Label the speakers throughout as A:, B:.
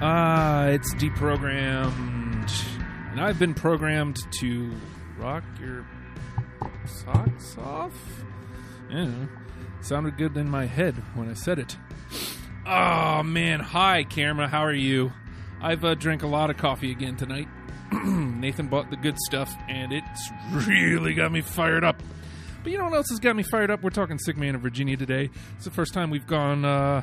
A: Uh, it's deprogrammed. And I've been programmed to rock your socks off? Yeah. Sounded good in my head when I said it. Oh, man. Hi, camera. How are you? I've uh, drank a lot of coffee again tonight. Nathan bought the good stuff, and it's really got me fired up. But you know what else has got me fired up? We're talking Sick Man of Virginia today. It's the first time we've gone. Uh,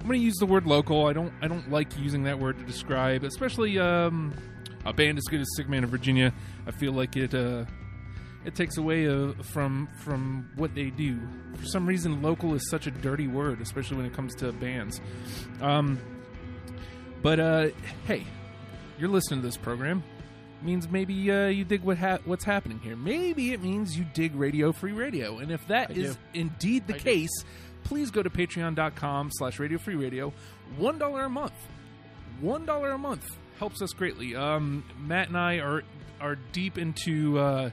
A: I'm going to use the word local. I don't. I don't like using that word to describe, especially um, a band as good as Sick Man of Virginia. I feel like it. Uh, it takes away uh, from from what they do. For some reason, local is such a dirty word, especially when it comes to bands. Um, but uh, hey, you're listening to this program. Means maybe uh, you dig what ha- what's happening here. Maybe it means you dig Radio Free Radio. And if that
B: I
A: is
B: do.
A: indeed the
B: I do.
A: case, please go to patreon.com slash Radio Free Radio. One dollar a month. One dollar a month helps us greatly. Um, Matt and I are are deep into uh,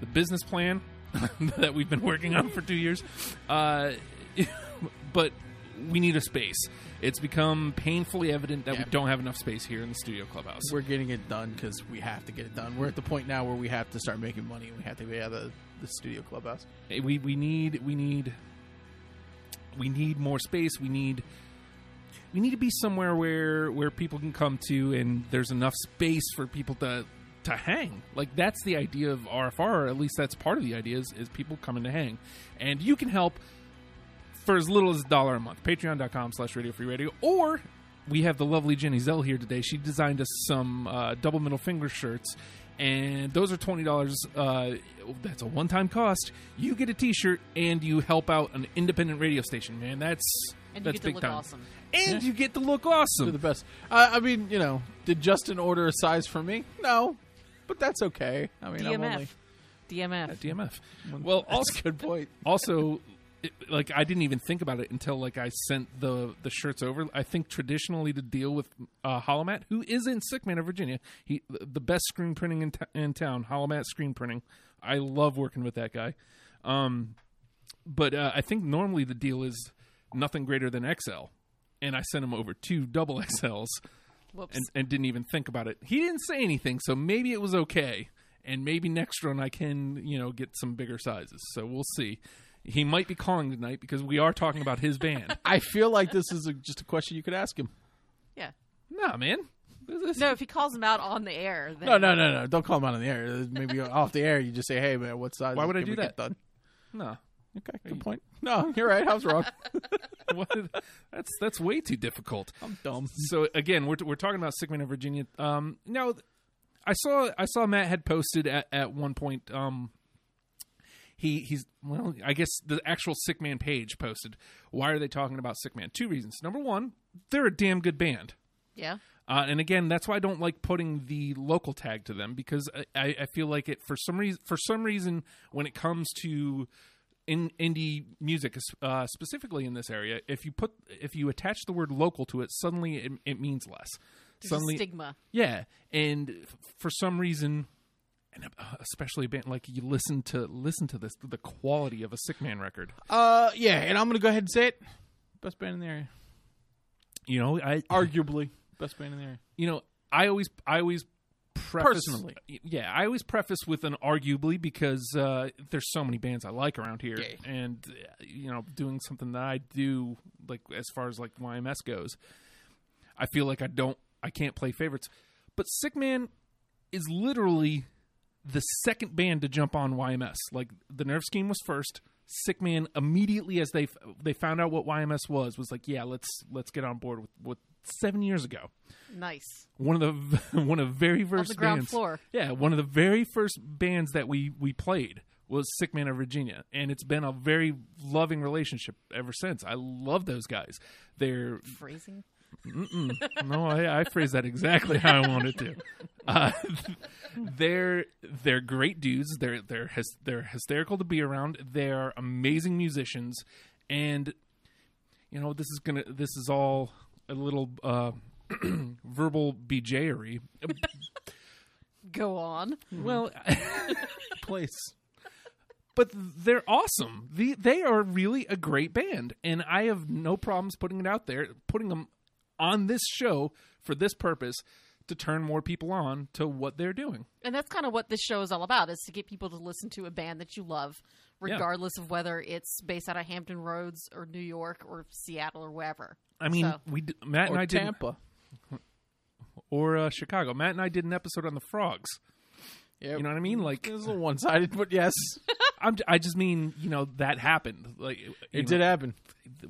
A: the business plan that we've been working on for two years. Uh, but we need a space. It's become painfully evident that
B: Yeah.
A: we don't have enough space here in the studio clubhouse.
B: We're getting it done because we have to get it done. We're at the point now where we have to start making money and we have to be out of the, the studio clubhouse.
A: Hey, we we need we need we need more space. We need we need to be somewhere where where people can come to, and there's enough space for people to to hang. Like that's the idea of RFR, or at least that's part of the idea is, is people coming to hang, and you can help for as little as a dollar a month. Patreon.com slash Radio Free Radio. Or we have the lovely Jenny Zell here today. She designed us some uh, double middle finger shirts. And those are $20. Uh, that's a one time cost. You get a t shirt and you help out an independent radio station, man. That's,
C: And you
A: that's
C: get to
A: big
C: look
A: time.
C: awesome.
A: And you get to look
B: They're
A: awesome.
B: the best. I, I mean, you know, did Justin order a size for me? No, but that's okay. I mean, I'm
C: DMF.
B: only.
C: DMF.
A: DMF. Well,
B: That's
A: also,
B: a good point.
A: also it, like i didn't even think about it until like i sent the the shirts over i think traditionally to deal with uh holomat who is in sickman of virginia he the- the best screen printing in, t- in town holomat screen printing i love working with that guy um but uh, i think normally the deal is nothing greater than xl and i sent him over two double xls
C: Whoops.
A: and, and didn't even think about it he didn't say anything so maybe it was okay and maybe next run i can you know get some bigger sizes so we'll see he might be calling tonight because we are talking about his band
B: I feel like this is a, just a question you could ask him.
C: yeah.
A: nah man This is-
C: No, if he calls him out on the air, then
B: No, no, no, no. Don't call him out on the air. Uh, Maybe off the air, you just say, "Hey, man, what size?
A: Why would I
B: can
A: do
B: we
A: that?
B: get Done?
A: nah.
B: Okay, good point. No, you're right. I was wrong.
A: What? that's that's way too difficult
B: I'm dumb.
A: so again, we're, we're talking about Sickman of Virginia. Um, now, I saw I saw Matt had posted at, at one point. Um, he he's well, I guess the actual Sickman page posted. Why are they talking about Sickman? Two reasons. Number one, they're a damn good band.
C: Yeah.
A: Uh, and again, that's why I don't like putting the local tag to them because I- I, I feel like it for some reason. For some reason, when it comes to in indie music, uh, specifically in this area, if you put if you attach the word local to it, suddenly it, it means less.
C: There's
A: suddenly,
C: a stigma.
A: yeah, and f- for some reason, and uh, especially a band like you listen to listen to this the quality of a Sick Man record.
B: Uh, yeah, and I'm gonna go ahead and say it. Best band in the area,
A: You know, I
B: arguably best band in the area.
A: you know, I always, I always preface,
B: Personally.
A: yeah, I always preface with an arguably because uh, there's so many bands I like around here,
B: Yeah.
A: and uh, you know, doing something that I do, like as far as like YMS goes, I feel like I don't, I can't play favorites, but Sick Man is literally the second band to jump on YMS. Like the Nerve Scheme was first. Sick Man immediately as they they found out what YMS was was like, yeah, let's let's get on board with with seven years ago
C: Nice.
A: one of the one of the very first
C: ground
A: bands-
C: floor.
A: Yeah, one of the very first bands that we we played was Sick Man of Virginia, and it's been a very loving relationship ever since. I love those guys. They're
C: Phrasing.
A: no, I, I phrased that exactly how I wanted to. Uh, they're they're great dudes. They're they're hys- they're hysterical to be around. They're amazing musicians, and you know this is gonna this is all a little uh, verbal BJery,
C: Go on.
A: Well,
B: Place.
A: but they're awesome. The, they are really a great band, and I have no problems putting it out there, putting them on this show for this purpose to turn more people on to what they're doing.
C: And that's kind of what this show is all about is to get people to listen to a band that you love, regardless of whether it's based out of Hampton Roads or New York or Seattle or wherever.
A: I mean,
C: So-
A: we d- Matt and
B: or
A: I did
B: Tampa.
A: or uh, Chicago. Matt and I did an episode on the frogs.
B: Yeah,
A: You know what I mean? Like
B: It was a little one sided, but yes,
A: I'm, I just mean, you know, that happened. Like you
B: it
A: know.
B: did happen.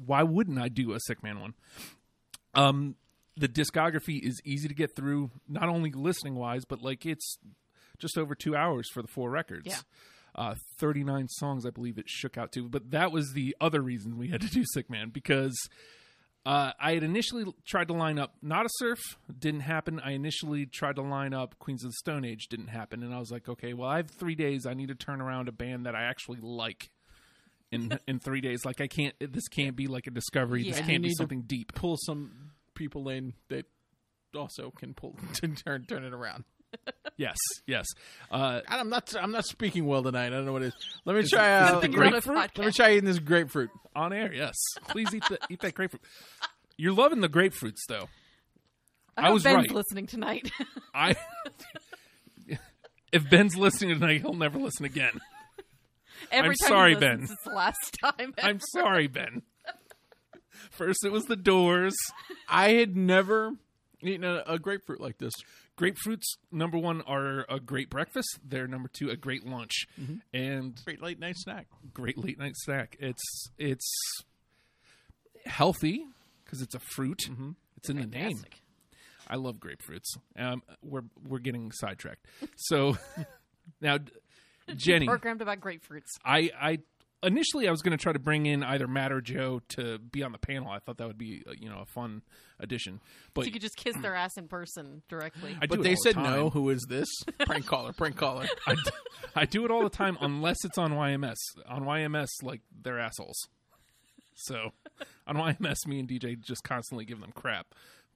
A: why wouldn't I do a sick man one? Um, the discography is easy to get through, not only listening wise, but like it's just over two hours for the four records.
C: Yeah.
A: Uh, 39 songs, I believe it shook out to, but that was the other reason we had to do Sick Man because uh, I had initially tried to line up Not a Surf, didn't happen. I initially tried to line up Queens of the Stone Age, didn't happen. And I was like, okay, well, I have three days. I need to turn around a band that I actually like in in three days. Like, I can't, this can't be like a discovery.
C: Yeah.
A: This
C: And
B: you
A: can't be
B: need to-
A: something deep.
B: Pull some people in that also can pull turn turn it around.
A: Yes, yes. Uh,
B: And I'm not I'm not speaking well tonight. I don't know what it is. Let me try.
A: is
B: Uh,
A: it the
C: You're on a
A: grapefruit?
B: Let me
C: podcast.
B: try eating this grapefruit.
A: on air, yes. Please eat, the, eat that grapefruit. You're loving the grapefruits, though.
C: I,
A: I
C: hope
A: was
C: Ben's
A: right.
C: listening tonight.
A: I. If Ben's listening tonight, he'll never listen again.
C: Every
A: I'm
C: time
A: sorry,
C: he listens,
A: Ben.
C: It's the last time.
A: I'm sorry, Ben. First it was the doors.
B: I had never eaten a, a grapefruit like this.
A: Grapefruits, number one, are a great breakfast. They're number two, a great lunch. And
B: Great late night snack.
A: great late night snack. It's it's healthy because it's a fruit. It's in the name.
C: Fantastic.
A: I love grapefruits. Um, we're we're getting sidetracked. So now, Jenny,
C: Programmed about grapefruits.
A: I, I initially I was going to try to bring in either Matt or Joe to be on the panel. I thought that would be uh, you know a fun addition, but
C: So you could just kiss their ass in person directly.
A: I do
B: But
A: it
B: they
A: all the
B: said
A: time.
B: no. Who is this? Prank caller. Prank caller.
A: I do, I do it all the time unless it's on YMS. On YMS, like they're assholes. So on YMS, me and DJ just constantly give them crap.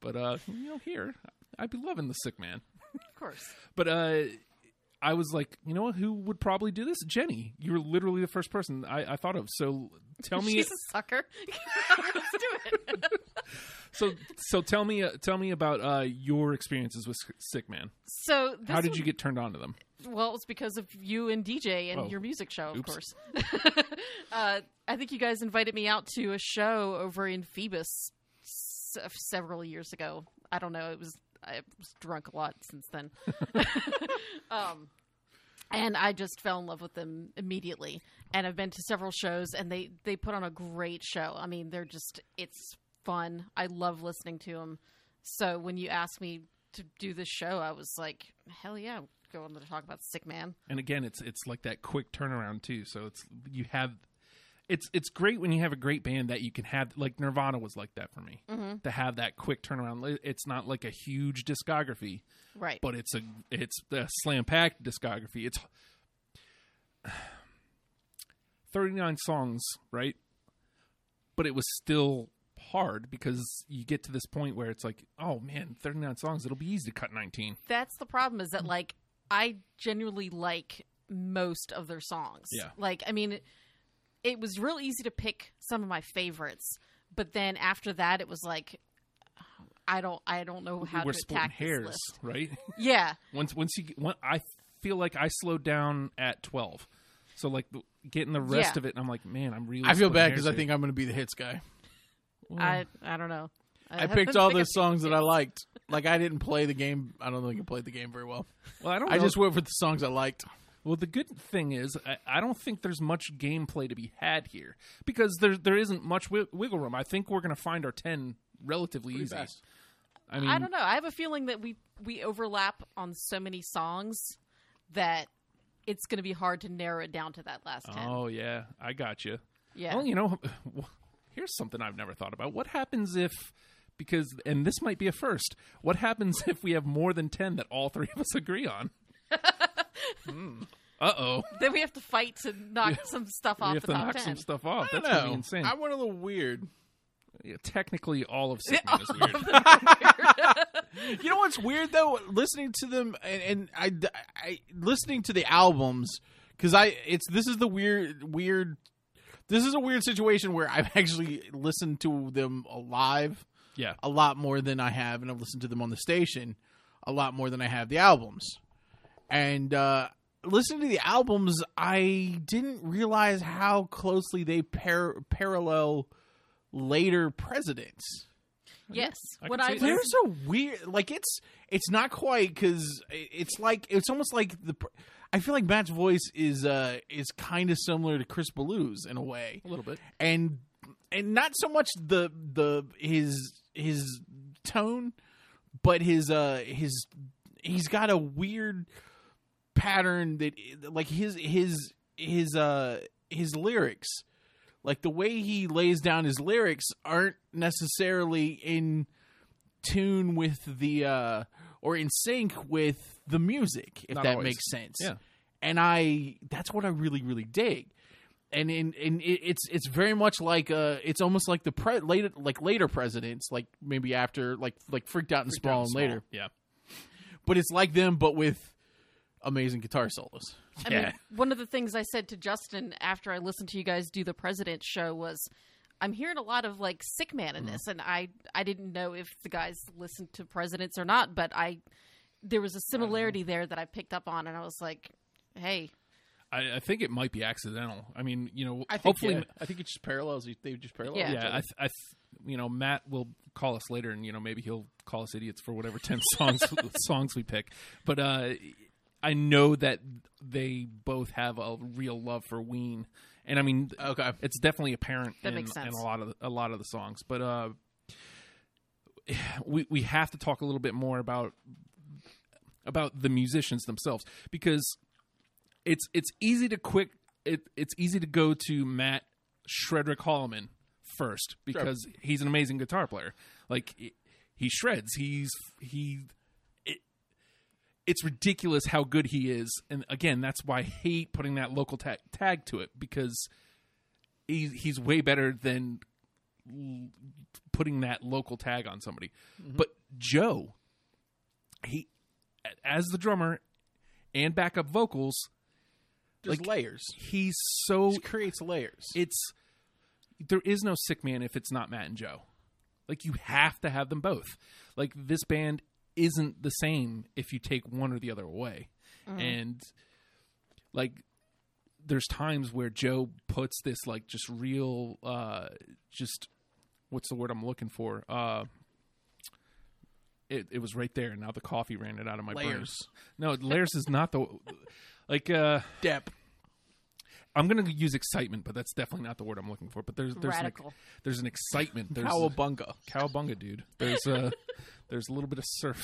A: But uh, you know, here I'd be loving the sick man.
C: Of course.
A: But uh, I was like, you know, what, who would probably do this? Jenny, you were literally the first person I, I thought of. So tell me,
C: She's a sucker. Let's do it.
A: so so tell me, uh, tell me about uh, your experiences with Sick- Sick Man.
C: So this
A: How did
C: one-
A: you get turned on to them?
C: Well, it was because of you and DJ and
A: Oh.
C: your music show, of
A: Oops.
C: course. uh, I think you guys invited me out to a show over in Phoebus s- several years ago. I don't know. It was I was drunk a lot since then, um, and I just fell in love with them immediately. And I've been to several shows, and they they put on a great show. I mean, they're just it's fun. I love listening to them. So when you asked me to do this show, I was like, hell yeah, I'm going to talk about Sick Man.
A: and again it's it's like that quick turnaround too so it's you have it's it's great when you have a great band that you can have like nirvana was like that for me to have that quick turnaround Li- it's not like a huge discography
C: Right.
A: but it's a it's a slam packed discography it's 39 songs right but it was still hard because you get to this point where it's like oh man 39 songs it'll be easy to cut 19
C: That's the problem
A: Mm.
C: is that like I genuinely like most of their songs.
A: Yeah.
C: Like I mean, it, it was real easy to pick some of my favorites, but then after that, it was like I don't I don't know how
A: we're
C: to
A: splitting
C: attack
A: hairs
C: this list.
A: right
C: Yeah.
A: Once once you get- one, I feel like I slowed down at twelve, so like the- getting the rest
C: Yeah.
A: of it, I'm like, man, I'm really.
B: I feel
A: splitting
B: bad
A: hairs
B: because I
A: here.
B: think I'm going to be the hits guy.
A: Well,
C: I I don't know.
B: I
C: haven't
B: picked all
C: figured-
B: the songs that I liked. Like I didn't play the game. I don't think I played the game very well.
A: well, I don't.
B: I
A: know.
B: just went with the songs I liked.
A: Well, the good thing is, I, I don't think there's much gameplay to be had here because there there isn't much wi- wiggle room. I think we're gonna find our ten relatively easy. I mean,
C: I don't know. I have a feeling that we we overlap on so many songs that it's going to be hard to narrow it down to that last ten.
A: oh yeah, I got you.
C: yeah.
A: Well, you know, here's something I've never thought about. What happens if because and this might be a first. What happens if we have more than 10 that all three of us agree on? Hmm. Uh-oh.
C: Then we have to fight to knock some stuff off
A: we have
C: the
A: to
C: top
A: knock
C: ten.
A: some stuff off.
B: I
A: That's
B: don't
A: gonna be
B: know.
A: insane.
B: I went a little weird.
A: Yeah, technically all of Sick Man is weird.
B: You know what's weird though? Listening to them and, and I, I listening to the albums because I it's this is the weird weird this is a weird situation where I've actually listened to them alive
A: Yeah.
B: a lot more than I have, and I've listened to them on the station a lot more than I have the albums. And uh, listening to the albums, I didn't realize how closely they par- parallel later presidents.
C: Yes.
A: I
C: When
A: can
C: I
A: see that.
C: was
B: There's a weird, like it's it's not quite because it's like it's almost like the. pr- I feel like Matt's voice is uh is kind of similar to Chris Ballou's in a way
A: A little bit.
B: and and not so much the the his his tone but his uh his he's got a weird pattern that like his his his uh his lyrics like the way he lays down his lyrics aren't necessarily in tune with the uh or in sync with the music if
A: Not
B: that
A: always.
B: makes sense
A: Yeah.
B: and i that's what i really really dig and in and it, it's it's very much like uh it's almost like the pre- later like later presidents like maybe after like like freaked out and
A: Freaked
B: small
A: out
B: and later
A: Yeah.
B: but it's like them but with amazing guitar solos
C: I
A: Yeah.
C: mean, one of the things I said to Justin after I listened to you guys do the president show was, I'm hearing a lot of like sick man in this, and I I didn't know if the guys listened to presidents or not, but I there was a similarity there that I picked up on, and I was like, hey,
A: I, I think it might be accidental. I mean, you know,
B: i think
A: hopefully,
B: hopefully i think it just parallels they just parallel
C: Yeah.
A: yeah. I, th- I, th- you know, Matt will call us later, and you know, maybe he'll call us idiots for whatever ten songs songs we pick. But uh, I know that they both have a real love for Ween, and I mean,
B: okay
A: it's definitely apparent
C: That
A: in,
C: makes
A: in
C: sense.
A: a lot of the, a lot of the songs. But uh, we we have to talk a little bit more about about the musicians themselves because it's it's easy to quick it, it's easy to go to Matt Shredrick Holloman first because he's an amazing guitar player. Like he- he shreds. He's he it's ridiculous how good he is. And again, that's why I hate putting that local tag, tag to it because he, he's way better than l- putting that local tag on somebody. But Joe, he a- as the drummer and backup vocals,
B: there's
A: Like-
B: layers
A: he's so
B: it creates layers
A: it's there is no sick man if it's not Matt and Joe. Like you have to have them both. Like this band isn't the same if you take one or the other away. And like there's times where Joe puts this like just real uh just what's the word I'm looking for? Uh it, it was right there and now the coffee ran it out of my brain.
B: Layers.
A: No, layers is not the like uh
B: depth
A: I'm gonna use excitement, but that's definitely not the word I'm looking for. But there's there's An,
C: Radical.
A: there's an excitement. There's a
B: cowabunga
A: cowabunga, dude. There's a there's a little bit of surf.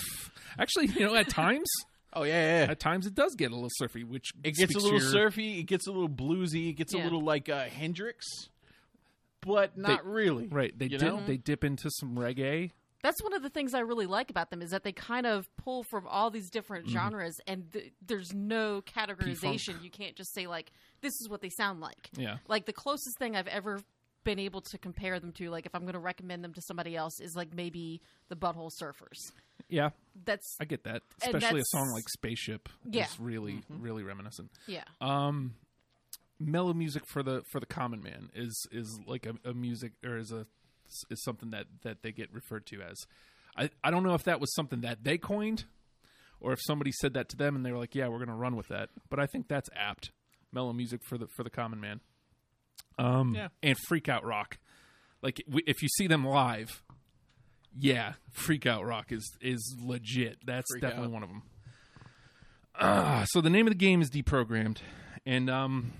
A: Actually, you know, at times
B: oh yeah, yeah yeah
A: at times it does get a little surfy, which
B: it gets a
A: speaks to
B: little
A: your-
B: surfy it gets a little bluesy it gets a
C: Yeah.
B: little like uh hendrix but not really
A: Right, they
B: you
A: dip,
B: know?
A: they dip into some reggae.
C: that's one of the things I really like about them is that they kind of pull from all these different genres, and th- there's no categorization. You can't just say like this is what they sound like.
A: Yeah,
C: like the closest thing I've ever been able to compare them to, like if I'm going to recommend them to somebody else, is like maybe the Butthole Surfers.
A: yeah,
C: That's
A: I get that.
C: And
A: Especially a
C: that's-
A: song like "Spaceship"
C: Yeah. Mm-hmm.
A: is really really reminiscent.
C: yeah,
A: Um, mellow music for the for the common man is is like a, a music or is a is something that that they get referred to as. I I don't know if that was something that they coined, or if somebody said that to them and they were like, "Yeah, we're gonna run with that." But I think that's apt. Mellow music for the for the common man. Um,
B: Yeah.
A: and freak out rock, like w- if you see them live, yeah, freak out rock is is legit. That's
B: Freak
A: definitely
B: Out.
A: one of them. Ah, so the name of the game is deprogrammed, and um,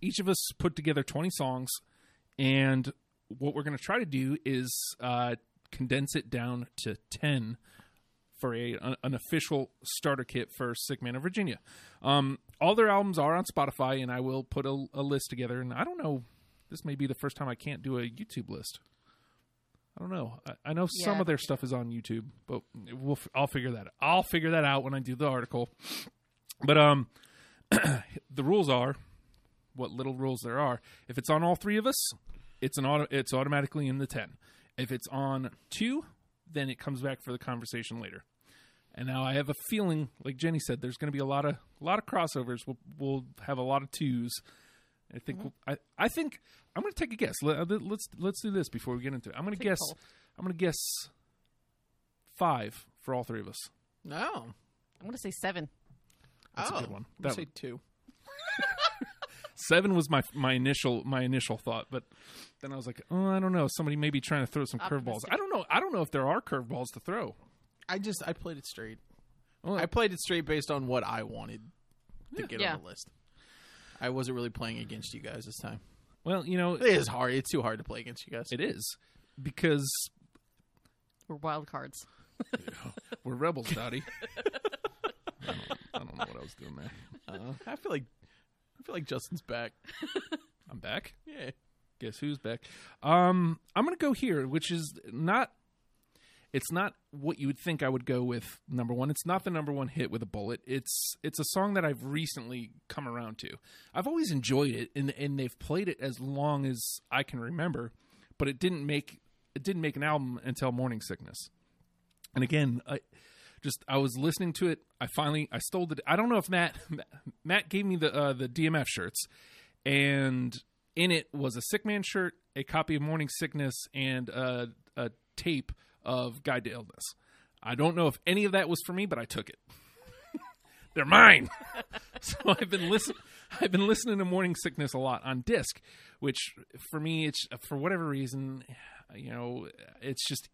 A: each of us put together twenty songs, and what we're going to try to do is uh, condense it down to ten for a an- an official starter kit for Sick Man of Virginia. Um, all their albums are on Spotify, and I will put a, a list together. And I don't know, this may be the first time I can't do a YouTube list. I don't know. I, I know some
C: Yeah.
A: of their stuff is on YouTube, but we'll f- I'll figure that. I'll figure that out when I do the article. But um, the rules are what little rules there are. If it's on all three of us, it's an auto, it's automatically in the ten. If it's on two, then it comes back for the conversation later. And now I have a feeling, like Jenny said, there's going to be a lot of a lot of crossovers. We'll we'll have a lot of twos. I think I I think I'm going to take a guess. Let, us let's do this before we get into it. I'm going to
C: Take a
A: guess.
C: poll.
A: I'm going to guess five for all three of us.
B: No.
C: I'm gonna say seven.
A: That's a
B: oh,
A: good one. That
B: I'm gonna say
A: one.
B: two.
A: Seven was my my initial my initial thought, but then I was like, oh, I don't know. Somebody may be trying to throw some curveballs.
C: Optimistic.
A: I don't know. I don't know if there are curveballs to throw.
B: I just I played it straight.
A: Well,
B: I played it straight based on what I wanted to get
C: Yeah.
B: on the list. I wasn't really playing against you guys this time.
A: well, you know,
B: It is hard. It's too hard to play against you guys.
A: it is because
C: We're wild cards.
A: we're rebels, Dottie. I, don't, I don't know what I was doing there.
B: Uh, I feel like I feel like Justin's back.
A: I'm back.
B: Yeah.
A: Guess who's back? Um, I'm gonna go here, which is not. It's not what you would think I would go with number one. It's not the number one hit with a bullet. It's it's a song that I've recently come around to. I've always enjoyed it, and and they've played it as long as I can remember, but it didn't make it didn't make an album until Morning Sickness. And again, I just I was listening to it. I finally I stole the. I don't know if Matt Matt gave me the uh, the DMF shirts, and in it was a sick man shirt, a copy of Morning Sickness, and uh, a tape of Guide to Illness. I don't know if any of that was for me, but I took it. They're mine. so I've been listening. I've been listening to Morning Sickness a lot on disc, which for me, it's for whatever reason, you know, it's just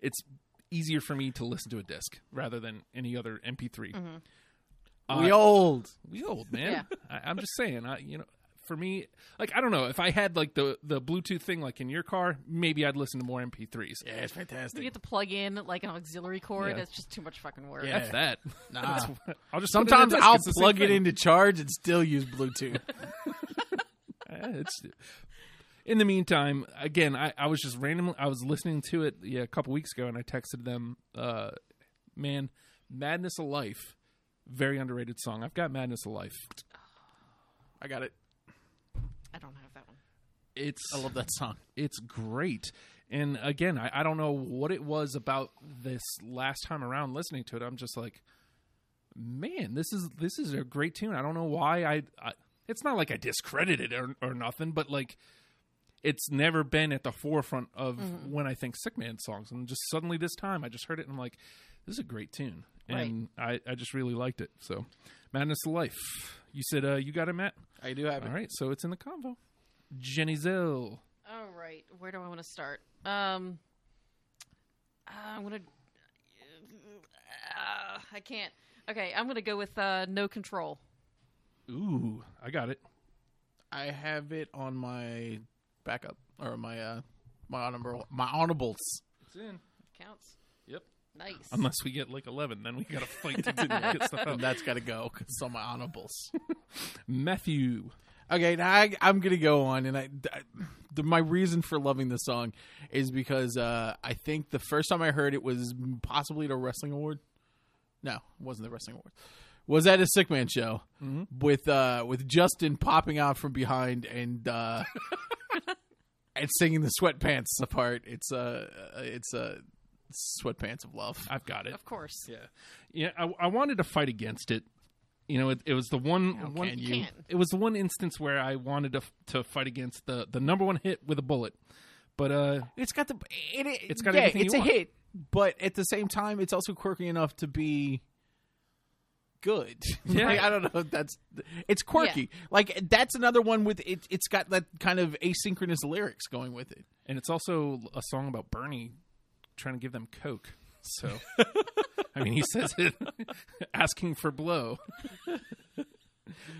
A: it's easier for me to listen to a disc rather than any other MP3.
B: we old.
A: We old man. I, I'm just saying. I you know, for me, like I don't know if I had like the the Bluetooth thing like in your car, maybe I'd listen to more MP3s.
B: Yeah, it's
C: You
B: fantastic.
C: get to plug in like an auxiliary cord.
A: Yeah.
C: That's just too much fucking work.
B: Yeah.
A: F that.
B: Nah.
A: That's- I'll just put in a
B: Sometimes
A: disc.
B: I'll
A: It's the same
B: plug it
A: thing.
B: into charge and still use Bluetooth.
A: Eh, it's in the meantime again I, I was just randomly i was listening to it yeah, a couple weeks ago and i texted them uh man madness of life very underrated song i've got madness of life
B: I got it.
C: I don't have that one.
A: it's
B: I love that song.
A: it's great and again I, I don't know what it was about this last time around listening to it i'm just like man this is this is a great tune i don't know why i, I it's not like i discredited it or, or nothing but like it's never been at the forefront of when i think sick man songs and just suddenly this time i just heard it and i'm like this is a great tune and I, I just really liked it so madness of life you said uh, you got it matt
B: I do have
A: all
B: it.
A: right so it's in the convo jenny zill
C: All right, where do I want to start? Um, I'm gonna. Uh, I can't. Okay, I'm gonna go with uh, no control.
A: Ooh, I got it.
B: I have it on my backup or my uh my honorable my honorables.
A: It's in.
C: Counts.
A: Yep.
C: Nice.
A: Unless we get like eleven, then we gotta fight to get stuff out.
B: That's got to go because it's on my honorables.
A: Matthew.
B: Okay, now I, I'm gonna go on, and I, I- the, my reason for loving this song is because uh, I think the first time I heard it was possibly at a wrestling award. No, it wasn't the wrestling award. Was at a sick man show with uh, with Justin popping out from behind and uh, and singing the sweatpants apart. It's uh, it's uh, sweatpants of love.
A: I've got it.
C: of course.
A: Yeah. Yeah, I, I wanted to fight against it. You know, it, it was the one one
B: can
C: you? Can't.
A: it was the one instance where I wanted to to fight against the the number one hit with a bullet. But uh
B: It's got the it, it,
A: It's got
B: yeah,
A: everything you
B: it's a
A: want.
B: hit, but at the same time, it's also quirky enough to be good.
A: Yeah.
B: Like, I don't know. If that's it's quirky. Like that's another one with it. It's got that kind of asynchronous lyrics going with it.
A: and it's also a song about Bernie trying to give them coke. So I mean, he says it asking for blow.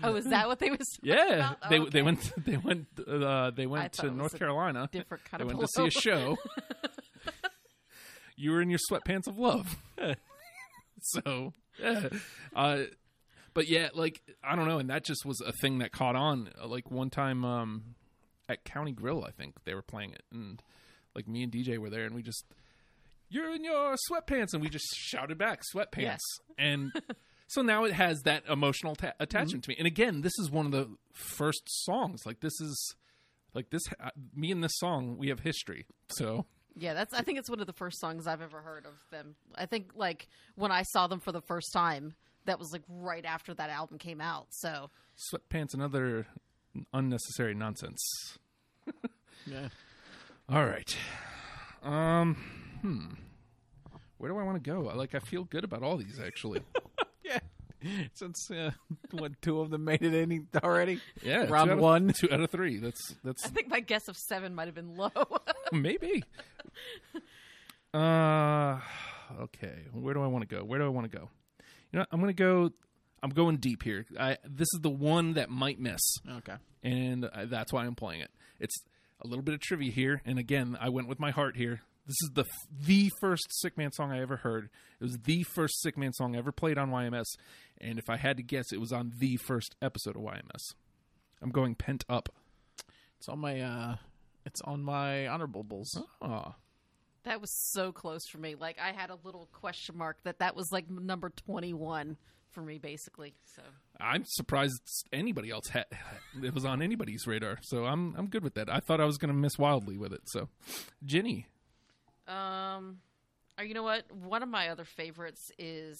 C: Oh, is that what they was?
A: Yeah,
C: about-
A: they
C: oh,
A: they
C: okay.
A: went they went uh, they
C: I
A: went
C: thought
A: to
C: it was
A: North
C: a
A: Carolina.
C: different kind
A: they
C: of
A: went to see a
C: blow.
A: show. you were in your sweatpants of love. so, yeah. uh, but yeah, like I don't know, and that just was a thing that caught on. uh, Like one time um, at County Grill, I think they were playing it, and like me and DJ were there, and we just you're in your sweatpants, and we just shouted back sweatpants,
C: Yes.
A: and so now it has that emotional ta- attachment to me. And again, this is one of the first songs. Like this is like this. uh, Me and this song, we have history. So
C: Yeah, that's. I think it's one of the first songs I've ever heard of them. I think like when I saw them for the first time, that was like right after that album came out. So
A: sweatpants and other unnecessary nonsense.
B: Yeah.
A: All right. Um. Hmm. where do I want to go? I- Like, I feel good about all these actually.
B: Yeah. Since uh, what two of them made it any already?
A: Yeah, two
B: Round
A: out of-
B: one.
A: two out of three. That's that's
C: I think my guess of seven might have been low.
A: maybe. Uh, okay. Where do I want to go? Where do I want to go? You know, I'm gonna go. I'm going deep here. I this is the one that might miss.
B: Okay.
A: and I, that's why I'm playing it. It's a little bit of trivia here, and again, I went with my heart here. This is the f- the first Sick Man song I ever heard. It was the first Sick Man song ever played on YMS, and if I had to guess, it was on the first episode of YMS. I'm going pent up.
B: It's on my uh it's on my honorable bulls.
A: Ah,
C: that was so close for me. Like I had a little question mark that that was like number twenty one for me, basically. So
A: I'm surprised anybody else had it was on anybody's radar. So I'm I'm good with that. I thought I was going to miss wildly with it. So, Ginny,
C: Um, or you know what? One of my other favorites is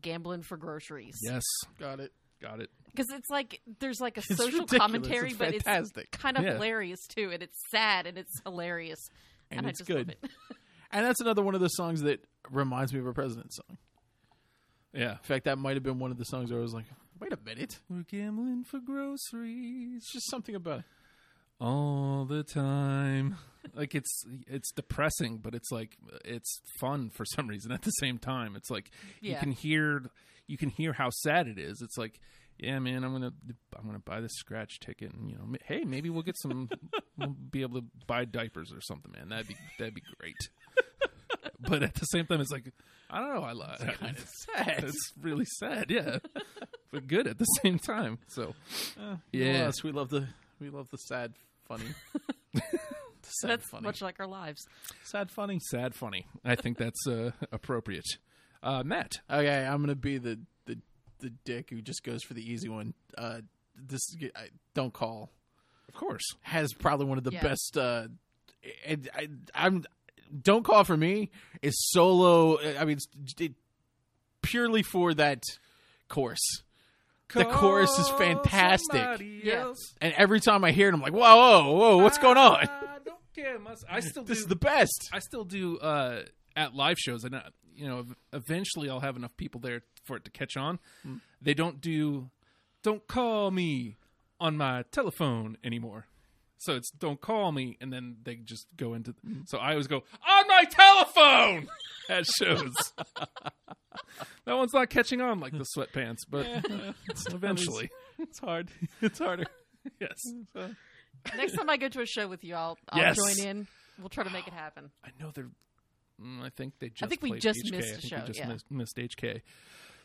C: gambling for groceries.
A: yes,
B: Got it.
A: got it.
C: Because it's like there's like a
B: It's
C: social
B: ridiculous.
C: commentary,
B: It's
C: but
B: fantastic.
C: it's kind of
A: Yeah.
C: hilarious too, and it's sad and it's hilarious,
B: And it's
C: I just love
B: good.
C: it.
B: And that's another one of the songs that reminds me of a president song.
A: Yeah.
B: In fact, that might have been one of the songs where I was like, wait a minute.
A: We're gambling for groceries.
B: It's just something about
A: all the time like it's it's depressing but it's like it's fun for some reason at the same time it's like you
C: Yeah.
A: can hear you can hear how sad it is it's like yeah man i'm gonna i'm gonna buy this scratch ticket and you know ma- hey maybe we'll get some we'll be able to buy diapers or something man that'd be that'd be great but at the same time it's like i don't know i love
B: sad.
A: it's really sad yeah but good at the same time so
B: Uh,
A: Yeah.
B: yes, we love the we love the sad funny. The sad
C: That's
B: funny.
C: much like our lives.
B: sad funny.
A: sad funny. I think that's uh, appropriate. Uh, Matt,
B: Okay, I'm gonna be the the the dick who just goes for the easy one. Uh, this is- I, don't call
A: of course.
B: has probably one of the
C: Yeah.
B: best. Uh, and I, I'm don't call for me is solo. I mean, it's- it, purely for that chorus. The chorus is fantastic.
C: Yeah.
B: And every time I hear it, I'm like, whoa, whoa, whoa, what's going on?
A: I don't care. Mas- I still do.
B: This is the best.
A: I still do uh, at live shows, and uh, you know, ev- eventually I'll have enough people there for it to catch on.
B: Mm.
A: They don't do "Don't call me" on my telephone anymore. So it's "Don't call me," and then they just go into.
B: Mm.
A: So I always go on my telephone at shows. that one's not catching on like the sweatpants, but eventually,
B: It's hard. It's harder.
A: yes.
C: Next time I go to a show with you, I'll, I'll
A: Yes.
C: join in. We'll try to make it happen.
A: I know they're. Mm, I think they just.
C: think we
A: played
C: just
A: HK.
C: missed
A: I
C: a
A: think
C: show,
A: We just
C: yeah.
A: missed, missed HK.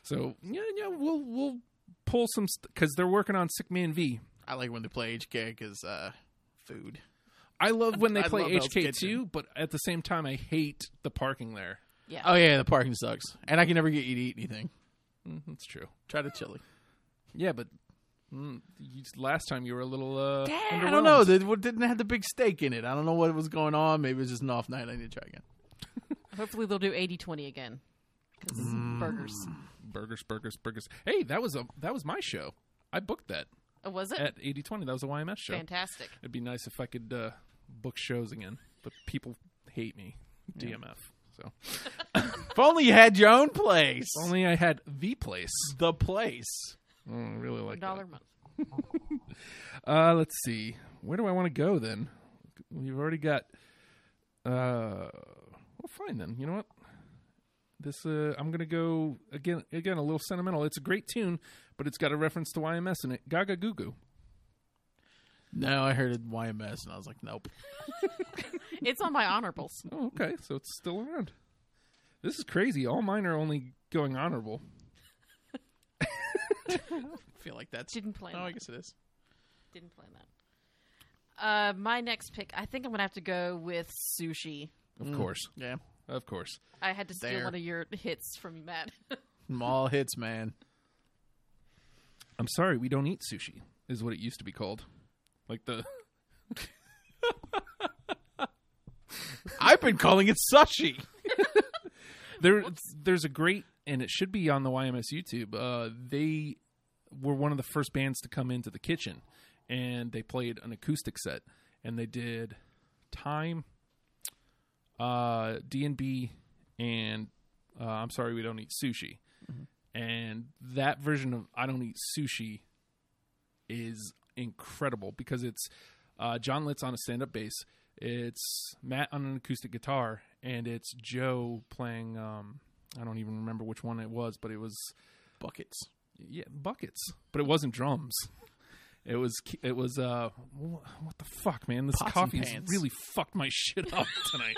A: So yeah, yeah, we'll we'll pull some because they're working on Sick Man V.
B: I like when they play HK because uh, food.
A: I love when they
B: I
A: play
B: love Hell's
A: HK too,
B: Kitchen.
A: but at the same time, I hate the parking there.
C: Yeah.
B: Oh yeah, the parking sucks, and I can never get you to eat anything.
A: Mm, that's true.
B: Try the chili.
A: Yeah, but mm, you, last time you were a little. Uh,
B: Eh, I
A: underwhelmed.
B: don't know. They w- didn't have the big steak in it. I don't know what was going on. Maybe it was just an off night. I need to try again.
C: Hopefully they'll do 80-20 again. Because
B: Mm.
C: burgers.
A: Burgers, burgers, burgers. Hey, that was a that was my show. I booked that
C: Oh, was it?
A: at eighty twenty. That was a YMS show.
C: Fantastic.
A: It'd be nice if I could uh, book shows again, but people hate me. DMF. So.
B: If only you had your own place.
A: If only I had the place.
B: the place.
A: Mm, I really like
C: Dollar a month.
A: that. Uh, let's see. Where do I want to go then? We've already got. Uh, well, fine then. You know what? This uh, I'm gonna go again. Again, a little sentimental. It's a great tune, but it's got a reference to YMS in it. Gaga Goo Goo.
B: No, I heard it YMS, and I was like, nope.
C: It's on my honorables.
A: Oh, okay. So it's still around. This is crazy. All mine are only going honorable.
B: I feel like that's.
C: Didn't plan
B: No,
C: that.
B: I guess it is.
C: Didn't plan that. Uh, my next pick, I think I'm gonna have to go with sushi.
A: Of course,
B: Yeah,
A: of course.
C: I had to steal
B: There.
C: one of your hits from you, Matt.
B: mall hits, man.
A: I'm sorry, we don't eat sushi. Is what it used to be called. Like the
B: I've been calling it sushi.
A: There, there's a great, and it should be on the YMS YouTube. Uh, they were one of the first bands to come into the kitchen, and they played an acoustic set, and they did time, uh, D and B, and uh, I'm sorry, we don't eat sushi. And that version of I don't eat sushi is incredible because it's uh, John Litz on a stand up bass, it's Matt on an acoustic guitar, and it's Joe playing. Um, I don't even remember which one it was, but it was
B: Buckets.
A: yeah, buckets, but it wasn't drums. It was it was uh wh- what the fuck, man? This
B: Pots and
A: coffee's
B: pans.
A: really fucked my shit up tonight.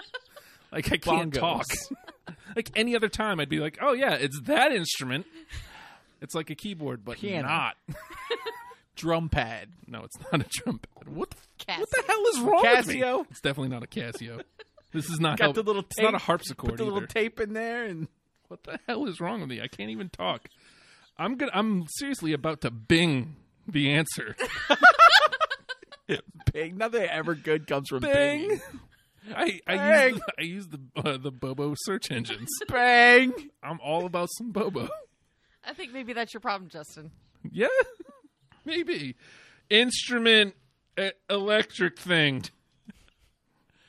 A: like I can't
B: Bongos.
A: talk. like any other time, I'd be like, oh yeah, it's that instrument. It's like a keyboard, but
B: Piano.
A: not.
B: Drum pad.
A: No, it's not a trumpet. What the, what the
C: Casio.
A: hell is wrong with me?
B: Casio.
A: It's definitely not a Casio. This is not.
B: Got
A: help-
B: the little
A: It's not a
B: tape. Put
A: harpsichord
B: the little
A: either.
B: tape in there and
A: what the hell is wrong with me? I can't even talk. I'm gonna. I'm seriously about to Bing the answer.
B: ping. Nothing ever good comes from
A: Bing. I I
B: Bang.
A: use the, I use the uh, the Bobo search engines.
B: Bang.
A: I'm all about some Bobo.
C: I think maybe that's your problem, Justin.
A: Yeah, maybe instrument e- electric thing.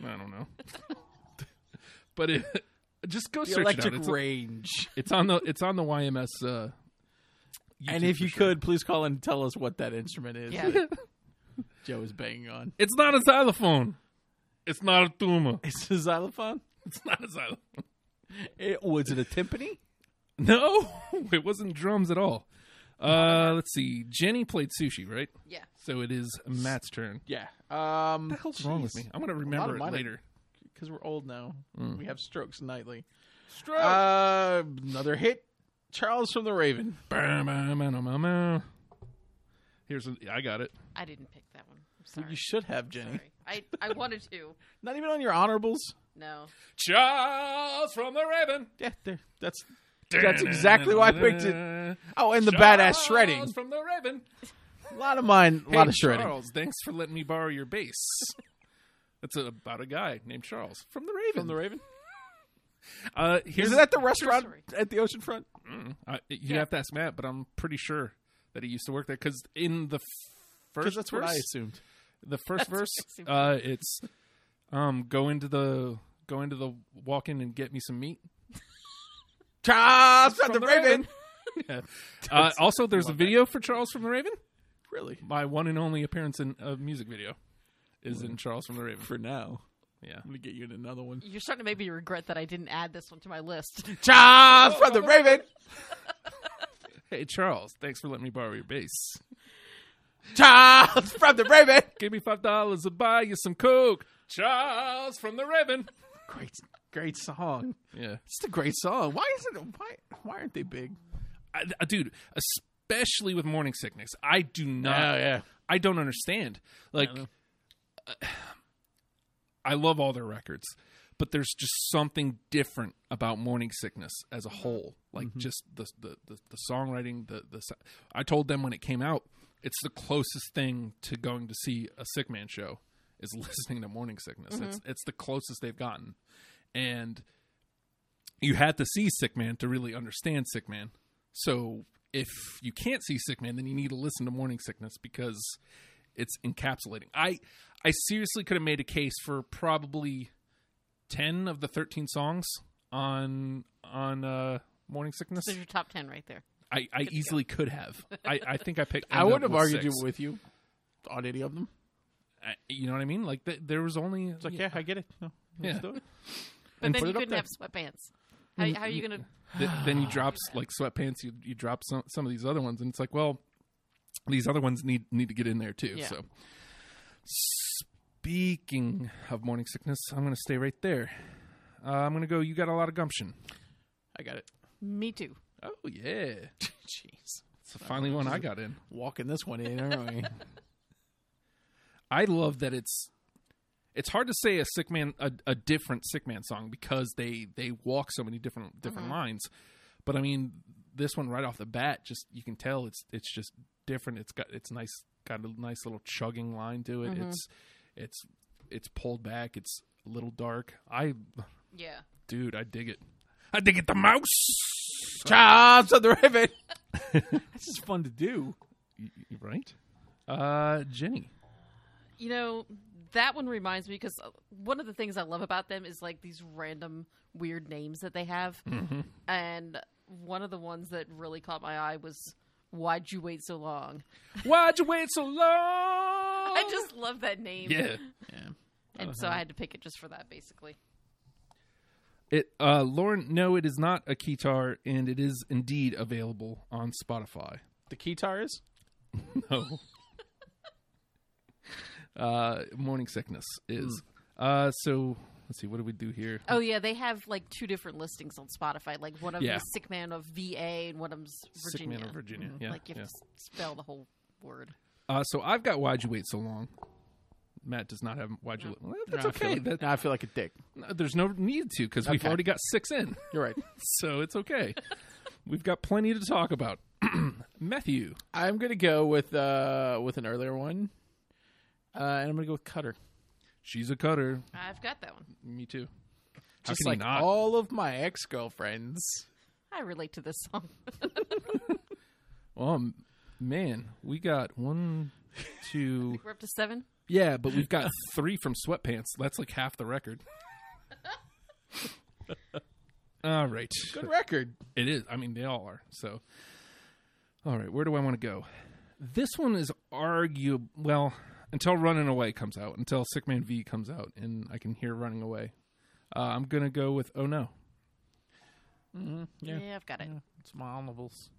A: I don't know, but it, just go
B: The
A: search
B: electric
A: it out. It's,
B: range.
A: it's on the it's on the YMS. Uh,
B: and
A: YouTube
B: if you
A: for sure.
B: could, please call and tell us what that instrument is.
C: Yeah.
B: that Joe is banging on.
A: it's not a xylophone. It's not a tuba.
B: It's a xylophone.
A: It's not a xylophone.
B: It, was it a timpani?
A: No, it wasn't drums at all. Uh, let's see. Jenny played sushi, right?
C: Yeah.
A: So it is Matt's turn.
B: Yeah. Um,
A: What the hell's wrong with me? I'm gonna
B: lot
A: remember
B: of
A: it
B: mine are-
A: later.
B: Because we're old now. We have strokes nightly.
A: Stroke.
B: Uh, another hit. Charles from the Raven.
A: Here's a, I got it.
C: I didn't pick that one. I'm sorry.
B: You should have, Jenny.
C: sorry. I, I wanted to.
B: Not even on your honorables.
C: No.
A: Charles from the Raven.
B: Yeah, there. That's. That's exactly why I picked it. Oh, and the badass shredding.
A: Charles from the Raven.
B: A lot of mine. A lot
A: Hey,
B: of shredding.
A: Charles, thanks for letting me borrow your bass. That's about a guy named Charles from the Raven.
B: From the Raven.
A: Uh, here's
B: Is it at the restaurant
C: sorry.
B: at the ocean front?
A: I, you
C: Yeah.
A: have to ask Matt, but I'm pretty sure that he used to work there because in the f-
B: Because
A: first
B: that's
A: verse,
B: what I assumed.
A: the first
C: what
A: verse,
C: I assumed.
A: uh, it's um, go into the go into the walk in and get me some meat.
B: Charles from, the,
A: the
B: Raven.
A: Raven. Yeah. Uh, also, there's a video for Charles from the Raven.
B: Really?
A: My one and only appearance in a music video is in Charles from the Raven.
B: For now.
A: Yeah,
B: I'm going to get you in another one.
C: You're starting to make me regret that I didn't add this one to my list.
B: Charles from the Raven.
A: hey Charles, thanks for letting me borrow your bass.
B: Charles from the Raven.
A: Give me five dollars to buy you some coke. Charles from the Raven.
B: Great, great song.
A: Yeah.
B: It's a great song. Why isn't it? Why? Why aren't they big?
A: I, I- dude, especially with morning sickness, I do not.
B: yeah.
A: I don't understand. Like, uh, I love all their records, but there's just something different about morning sickness as a whole. Like,
B: Mm-hmm.
A: just the, the the the songwriting. The the so- I told them when it came out, it's the closest thing to going to see a sick man show is listening to morning sickness. It's
B: Mm-hmm.
A: it's the closest they've gotten, and you had to see Sick Man to really understand Sick Man. So if you can't see Sick Man, then you need to listen to Morning Sickness because it's encapsulating. I I seriously could have made a case for probably ten of the thirteen songs on on uh, Morning Sickness.
C: This is your top ten right there.
A: I, I easily could have. I, I think I picked.
B: I
A: ended
B: wouldn't
A: up
B: have argued
A: six.
B: you with you on any of them.
A: I- you know what I mean? Like th- there was only
B: It's like, yeah, I get it. No,
A: Yeah.
B: let's do it.
C: But
A: And
C: then
A: put
C: you
A: it up
C: couldn't
A: there. Mm,
C: have sweatpants. How, how are you gonna?
A: Th- then you drop like sweatpants. You you drop some some of these other ones, and it's like, well, these other ones need need to get in there too.
C: Yeah.
A: So, speaking of morning sickness, I'm going to stay right there. Uh, I'm going to go. You got a lot of gumption.
B: I got it.
C: Me too.
A: Oh yeah,
B: Jeez,
A: it's the finally one I got in.
B: walking this one in, aren't we?
A: I love that it's it's hard to say a sick man a, a different sick man song because they they walk so many different different lines. But I mean, this one right off the bat, just you can tell it's it's just different. It's got it's nice got a nice little chugging line to it. It's it's it's pulled back. It's a little dark. I
C: Yeah.
A: dude, I dig it. I dig it. The mouse.
B: Charles from the Raven. That's just fun to do.
A: Right. Uh, Jenny.
C: You know, that one reminds me because one of the things I love about them is like these random weird names that they have.
A: Mm-hmm.
C: And one of the ones that really caught my eye was Why'd You Wait So Long?
A: Why'd you wait so long? I
C: I just love that name.
A: yeah.
B: Yeah.
C: And so
A: Uh-huh.
C: I had to pick it just for that, basically.
A: It uh Lauren, no, it is not a guitar, and it is indeed available on Spotify.
B: The guitar is
A: No. uh, morning sickness is. Uh, so let's see. What do we do here?
C: Hmm. Oh, yeah. They have like two different listings on Spotify. Like one of them
A: Yeah.
C: is Sick Man of VA and one of them's
A: Sick
C: Virginia. Mm-hmm.
A: man of Virginia. Yeah.
C: like you
A: yeah.
C: have to s- spell the whole word.
A: Uh, so I've got why'd you wait so long. Matt does not have why'd you. Well, that's
B: Now I feel
A: okay.
B: like-
A: That,
B: now I feel like a dick.
A: no, there's no need to because we've
B: Okay.
A: already got six in,
B: You're right.
A: so it's okay. we've got plenty to talk about. Matthew,
B: I'm gonna go with uh with an earlier one, uh, and I'm gonna go with Cutter.
A: she's a cutter.
C: I've got that one.
A: Me too. How
B: Just
A: can
B: like
A: you not?
B: all of my ex girlfriends.
C: I relate to this song.
A: um, man, we got one, two.
C: We're up to seven.
A: Yeah, but we've got three from sweatpants. That's like half the record. all right.
B: Good record.
A: It is. I mean, they all are. So, all right, where do I want to go? This one is arguable. Well, until Running Away comes out, until Sick Man V comes out, and I can hear Running Away. Uh, I'm going to go with Oh No.
C: Yeah,
B: Yeah.
C: I've got it.
B: It's my honorables.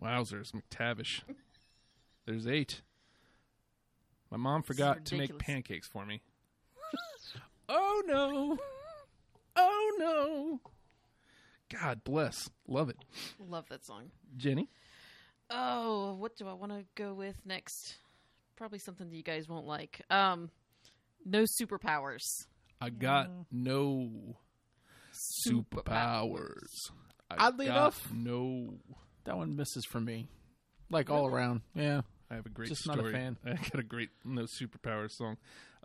A: Wowzers, McTavish. There's eight. My mom forgot to make
C: ridiculous.
A: pancakes for me. oh no. Oh no. God bless. Love it.
C: Love that song.
A: Jenny?
C: Oh, what do I want to go with next? Probably something that you guys won't like. Um, no superpowers.
A: I got no superpowers. I
B: Oddly
A: got
B: enough-
A: No.
B: That one misses for me. Like all around. Yeah.
A: I have a great
B: Just not a
A: story.
B: fan.
A: I got a great no superpowers song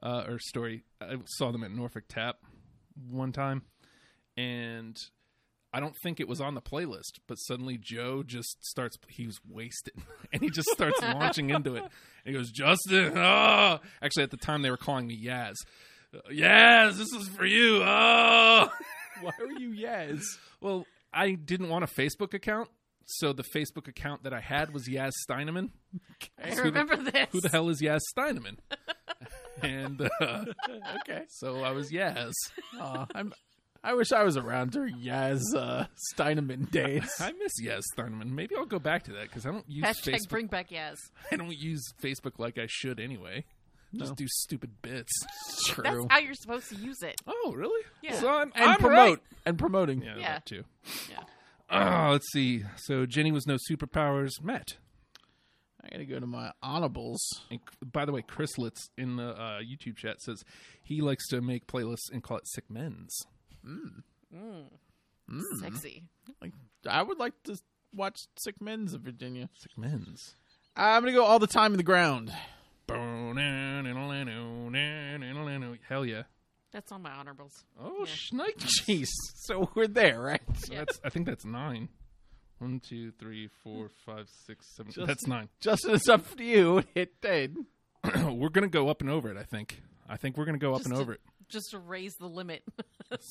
A: uh, or story. I saw them at Norfolk Tap one time, and I don't think it was on the playlist. But suddenly Joe just starts. He was wasted, and he just starts launching into it. And he goes, "Justin, oh!" Actually, at the time they were calling me Yaz. Uh, Yaz, this is for you. Oh.
B: Why are you yes?
A: Well, I didn't want a Facebook account, so the Facebook account that I had was Yaz Steineman.
C: I
A: Who the-
C: remember this.
A: Who the hell is Yaz Steineman? and uh,
B: okay.
A: so I was Yaz.
B: Aw, I'm I wish I was around during Yaz uh, Steineman days.
A: I miss Yaz Steineman. Maybe I'll go back to that because I don't use
C: Hashtag
A: Facebook.
C: bring back Yaz.
A: I don't use Facebook like I should anyway. Just do stupid bits.
B: True.
C: That's how you're supposed to use it.
A: Oh, really?
C: Yeah.
A: So I'm,
B: and
A: I'm
B: promote.
A: right.
B: And promoting.
A: Yeah,
C: Yeah.
A: that too.
C: Yeah.
A: Oh, let's see. So Jenny was no superpowers. Matt.
B: I gotta go to my honorables.
A: And c- by the way, Chris Litz in the uh, YouTube chat says he likes to make playlists and call it Sick Men's. Hmm.
C: Sexy.
B: Like I would like to watch Sick Men's of Virginia.
A: Sick Men's.
B: I'm gonna go all the time in the ground.
A: Hell yeah.
C: That's on my honorables.
A: Oh,
C: Yeah.
A: Schneik.
B: Jeez. So we're there, right?
A: So that's, I think that's nine. One, two, three, four, five, six, seven.
B: Just-
A: that's nine.
B: Justin, it's up to you. Hit dead.
A: we're going to go up and over it, I think. I think we're going to go up
C: Just
A: and
C: to-
A: over it.
C: Just to raise the limit.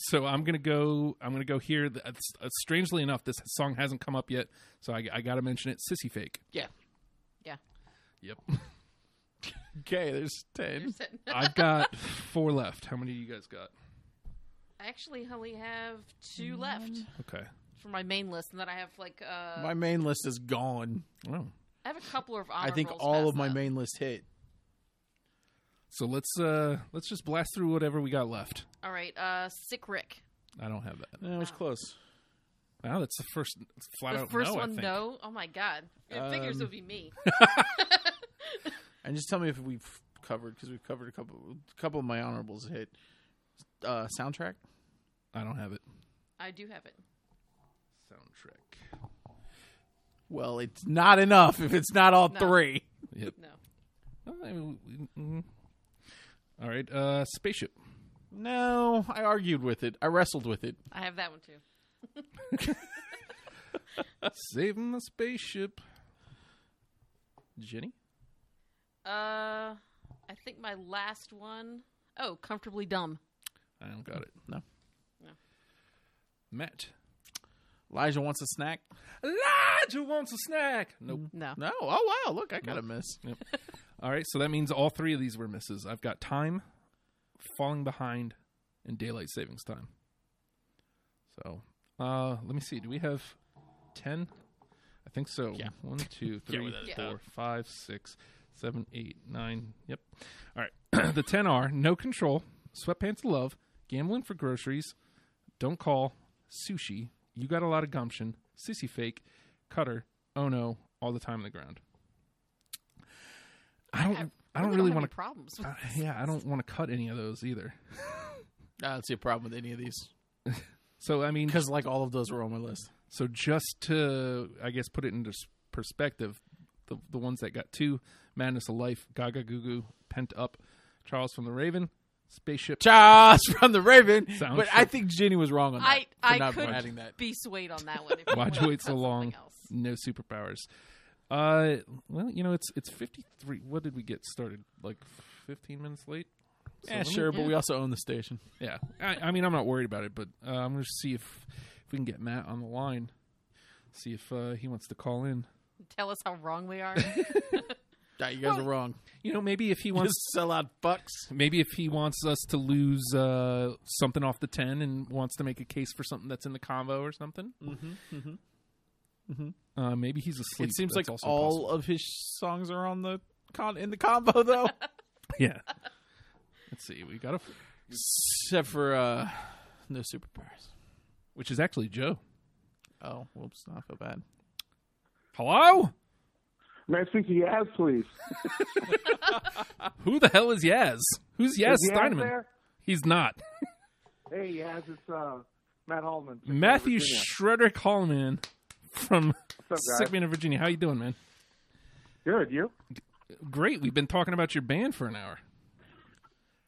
A: So I'm going to go, I'm going to go here. The- uh, s- uh, Strangely enough, this song hasn't come up yet. So I, I got to mention it. Sissy Fake.
B: Yeah.
C: yeah.
A: Yep.
B: Okay, there's ten.
A: I've got four left. How many do you guys got?
C: I actually only have two left
A: Okay.
C: for my main list, and then I have like uh,
B: My main list is gone.
A: Oh.
C: I have a couple of
B: I
C: honorables.
B: think all of
C: passed
B: my
C: up.
B: main list hit.
A: So let's uh let's just blast through whatever we got left.
C: All right, uh, Sick Rick.
A: I don't have that.
B: That
C: Ah.
B: was close.
A: Wow, that's the first flat
C: The
A: out
C: first
A: no, I
C: one,
A: think.
C: no. Oh my god, it figures
B: Um,
C: it would be me.
B: And just tell me if we've covered because we've covered a couple. A couple of my honorables hit. Uh, soundtrack.
A: I don't have it.
C: I do have it.
A: Soundtrack.
B: Well, it's not enough if it's not all
C: No.
B: three.
A: Yep.
C: No.
A: Oh, I mean, we- mm. All right, uh spaceship.
B: No, I argued with it. I wrestled with it.
C: I have that one too.
A: Saving the spaceship. Jenny?
C: Uh, I think my last one oh, comfortably dumb.
A: I don't got it.
B: No.
A: Matt.
B: Elijah wants a snack.
A: Elijah wants a snack. Nope.
C: No.
B: No. Oh wow. Look, I got a miss.
A: All right, so that means all three of these were misses. I've got time, falling behind, and daylight savings time. So uh, let me see. Do we have ten? I think so.
B: Yeah.
A: One, two,
B: Yeah,
A: three,
B: without a
A: four,
B: doubt.
A: five, six, seven, eight, nine. Yep. All right. the ten are no control, sweatpants of love, gambling for groceries, don't call, sushi, you got a lot of gumption, sissy fake, cutter, oh no, all the time on the ground. I don't. I, don't really
C: have
A: want
C: any
A: to.
C: problems. with-
A: Uh, yeah, I don't want to cut any of those either.
B: I don't see a problem with any of these
A: So I mean,
B: because like all of those were on my list.
A: so just to I guess put it into s- perspective, the the ones that got two: Madness of Life, Gaga Goo Goo, Pent Up, Charles from the Raven, Spaceship.
B: Charles from the Raven.
A: Sounds
B: but I think Jenny was wrong on that.
C: I
B: for
C: I
B: not
C: could
B: adding that.
C: be swayed on that one. If you
A: Why'd
C: wanted
A: you
C: to
A: wait
C: cut
A: so
C: something
A: long?
C: else.
A: No superpowers. Uh, well, you know it's it's fifty three. What did we get started? Like fifteen minutes late. So
B: Yeah,
A: let me-
B: Eh, sure, but we also own the station.
A: Yeah, I, I mean, I'm not worried about it, but uh, I'm going to see if, if we can get Matt on the line, see if uh, he wants to call in.
C: Tell us how wrong we are.
B: Yeah, you guys are wrong.
A: You know, maybe if he
B: You
A: wants,
B: sellout fucks.
A: maybe if he wants us to lose uh, something off the ten and wants to make a case for something that's in the combo or something. Mm-hmm. Mm-hmm. Uh, maybe he's asleep.
B: It seems
A: That's
B: like all
A: also possible.
B: of his songs are on the con in the combo though,
A: Yeah. Let's see. We got a,
B: except for uh, no superpowers.
A: which is actually Joe.
B: Oh, whoops! I feel bad.
A: Hello.
D: May I speak to Yaz, please?
A: Who the hell is Yaz? Who's Yaz
D: Is Yaz
A: Steineman?
D: there?
A: He's not.
D: Hey, Yaz, it's uh, Matt Hallman. from
A: Matthew
D: Virginia.
A: Shredder Coleman from
D: up, guys?
A: Sickman of Virginia. How you doing, man?
D: Good, you?
A: Great. We've been talking about your band for an hour.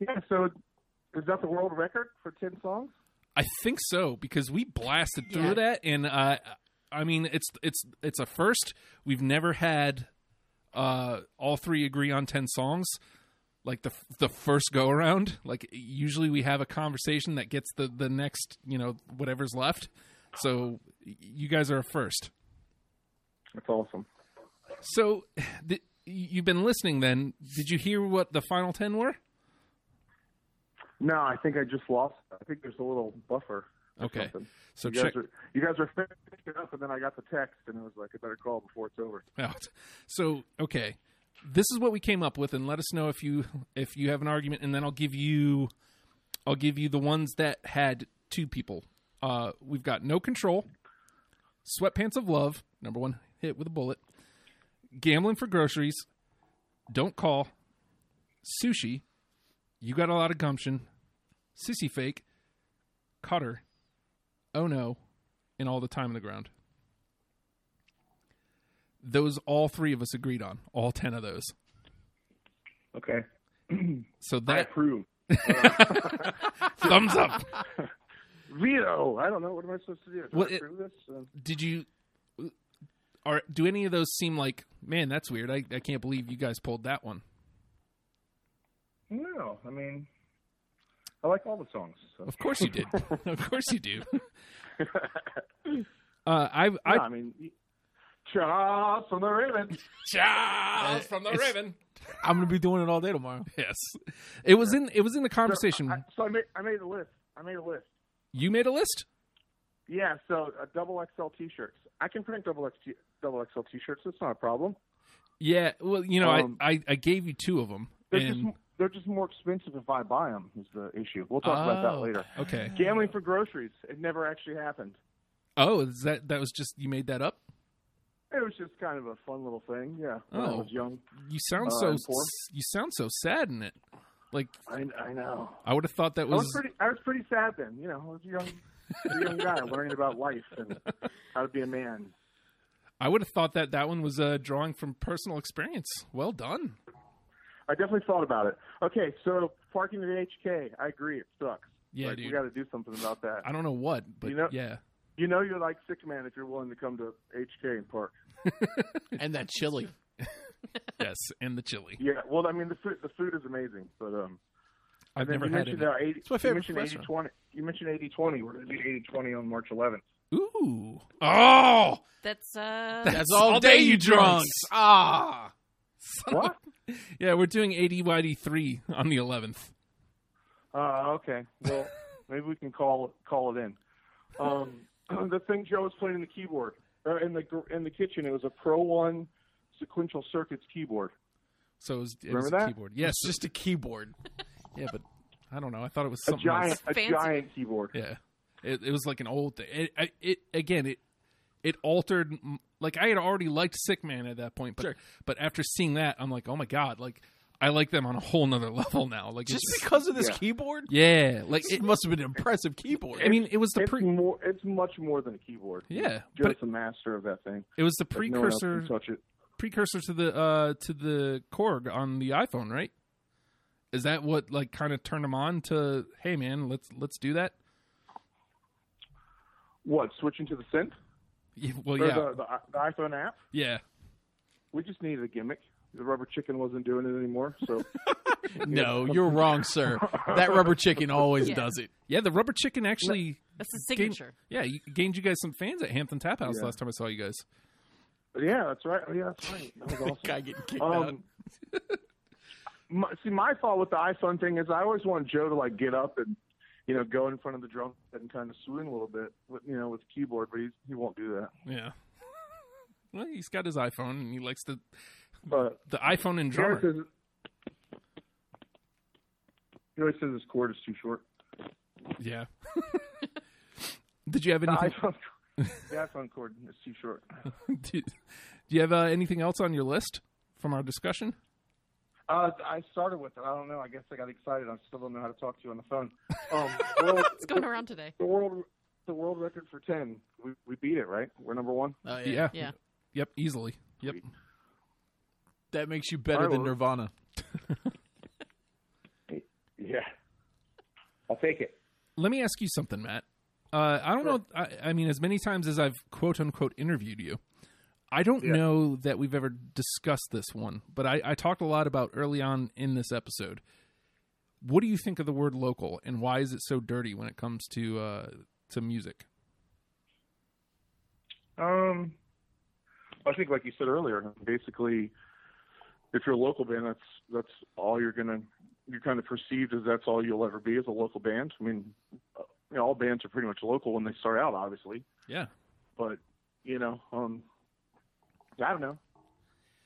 D: Yeah, so is that the world record for 10 songs?
A: I think so because we blasted through
C: Yeah.
A: that, and uh, I mean it's it's it's a first. We've never had uh, all three agree on ten songs. Like the the first go around, like usually we have a conversation that gets the the next you know whatever's left. So y- you guys are a first.
D: That's awesome.
A: So, th- you've been listening then. Did you hear what the final 10 were?
D: No, I think I just lost. I think there's a little buffer. or
A: Okay.
D: something.
A: So,
D: you,
A: check
D: guys are, you guys are finishing it up, and then I got the text, and it was like, I better call before it's over.
A: out. So, okay. This is what we came up with and let us know if you if you have an argument and then I'll give you I'll give you the ones that had two people. Uh we've got No Control, Sweatpants of Love, number 1 hit with a bullet, Gambling for Groceries, Don't Call, Sushi, You Got a Lot of Gumption, Sissy Fake, Cutter, Oh No, and All the Time on the Ground those all three of us agreed on all 10 of those
D: Okay.
A: so
D: I
A: that
D: approve.
A: thumbs up
D: Veto! I don't know. What am I supposed to do? Do
A: Well,
D: I
A: it-
D: approve this? Uh,
A: did you are do any of those seem like man that's weird i, I can't believe you guys pulled that one
D: no, I mean, I like all the songs. So.
A: of course you did of course you do uh i i
D: No, I mean, y- Charles from the Raven.
A: Charles from the
B: It's-
A: ribbon
B: I'm gonna be doing it all day tomorrow.
A: Uh, yes it was in it was in the conversation
D: So I, so I made I made a list. I made a list.
A: you made a list
D: Yeah, so uh, double XL T-shirts. I can print double X double XL T-shirts. It's not a problem.
A: yeah well you know
D: Um,
A: I, I i gave you two of them
D: They're
A: and
D: just they're just more expensive if I buy them. Is the issue? We'll talk about
A: Oh,
D: that later.
A: okay
D: Gambling for groceries. It never actually happened.
A: oh is that that was just you made that up
D: It was just kind of a fun little thing. Yeah, when I
A: Oh.
D: was young.
A: you sound
D: Uh,
A: so
D: and poor.
A: you sound so sad in it like
D: I, I know.
A: I would have thought that
D: I was
A: was
D: pretty. I was pretty sad then. You know, I was a young, a young guy learning about life and how to be a man.
A: I would have thought that that one was uh, drawing from personal experience. Well done.
D: I definitely thought about it. Okay, so parking at HK, I agree, it sucks.
A: Yeah,
D: like,
A: dude.
D: we got to do something about that.
A: I don't know what, but
D: You know-
A: yeah,
D: You know, you're like sick man if you're willing to come to HK and park.
B: And that chili.
A: yes, and the chili.
D: Yeah, well, I mean, the food the food is amazing, but um,
A: I've
D: and
A: never
D: then
A: had
D: you
A: it.
D: mentioned uh, 80,
B: It's my favorite
D: You mentioned 80
B: restaurant.
D: 20. You mentioned 80 20. We're going to do 80 20 on March 11th.
A: Ooh. Oh,
C: That's uh.
A: That's
B: That's all, day, you drunks. Ah,
A: son of
D: What?
A: a- yeah, we're doing ADYD three on the eleventh.
D: Uh, okay. Well, maybe we can call call it in. Um, the thing Joe was playing in the keyboard or in the gr- in the kitchen, it was a Pro One sequential circuits keyboard.
A: So it was, it
D: Remember
A: was a
D: that?
A: keyboard. Yes,
B: it's just a keyboard.
A: yeah, but I don't know. I thought it was
D: A
A: something
D: giant,
A: else.
D: a
C: Fancy.
D: giant keyboard.
A: Yeah, it, it was like an old thing. It, I- it again, it it altered. m- Like I had already liked Sick Man at that point, but
B: Sure.
A: but after seeing that, I'm like, oh my god, like I like them on a whole nother level now. Like
B: Just
A: it's,
B: because of this
D: Yeah.
B: keyboard?
A: yeah, like
B: It
A: it,
B: must have been an impressive keyboard.
A: I mean, it was the
D: It's
A: pre.
D: more. It's much more than a keyboard.
A: Yeah, but
D: Joe's the master of that thing.
A: It was the
D: Like, no one else
A: precursor
D: can touch it.
A: precursor to the uh to the Korg on the iPhone, right? Is that what like kind of turned them on to hey man, let's let's do that?
D: What? Switching to the synth
A: Yeah, well,
D: or
A: yeah.
D: the, the, the iPhone app?
A: yeah.
D: We just needed a gimmick. The rubber chicken wasn't doing it anymore, so
B: no, you're wrong, sir. That rubber chicken always
C: Yeah.
B: does it.
A: Yeah, the Rubber Chicken actually
C: That's the
A: gained,
C: signature.
A: Yeah, you, gained you guys some fans at Hampton Tap House
D: Yeah.
A: last time I saw you guys.
D: yeah, that's right. Oh, yeah, that's right. That was awesome.
B: Guy getting kicked out.
D: Um, my, see, my thought with the iPhone thing is I always wanted Joe to like get up and you know go in front of the drum set and kind of swoon a little bit, with, you know, with the keyboard, but he's, he won't do that.
A: Yeah. well, he's got his iPhone and he likes the
D: But
A: the iPhone and
D: he
A: drummer.
D: always says, he always says his cord is too short.
A: Yeah. Did you have
D: The
A: anything?
D: iPhone, the iPhone cord is too short.
A: Did, do you have uh, anything else on your list from our discussion?
D: Uh, I started with it. I don't know. I guess I got excited. I still don't know how to talk to you on the phone. Um, world,
C: It's going around today.
D: the world, the world record for ten. We we beat it, right? We're number one.
B: Oh, yeah.
A: Yeah.
C: Yeah.
A: Yep. Easily. Yep.
B: That makes you better
D: All right,
B: than
D: well-
B: Nirvana.
D: Yeah, I'll take it.
A: let me ask you something, Matt. Uh, I don't
D: Sure.
A: know. I, I mean, as many times as I've quote unquote interviewed you, I don't
D: Yeah.
A: know that we've ever discussed this one, but I, I talked a lot about early on in this episode. What do you think of the word local and why is it so dirty when it comes to uh, to music?
D: Um, I think, like you said earlier, basically, if you're a local band, that's that's all you're gonna you're kind of perceived as that's all you'll ever be as a local band. I mean, uh, you know, all bands are pretty much local when they start out, obviously,
A: Yeah.
D: but you know, um, I don't know.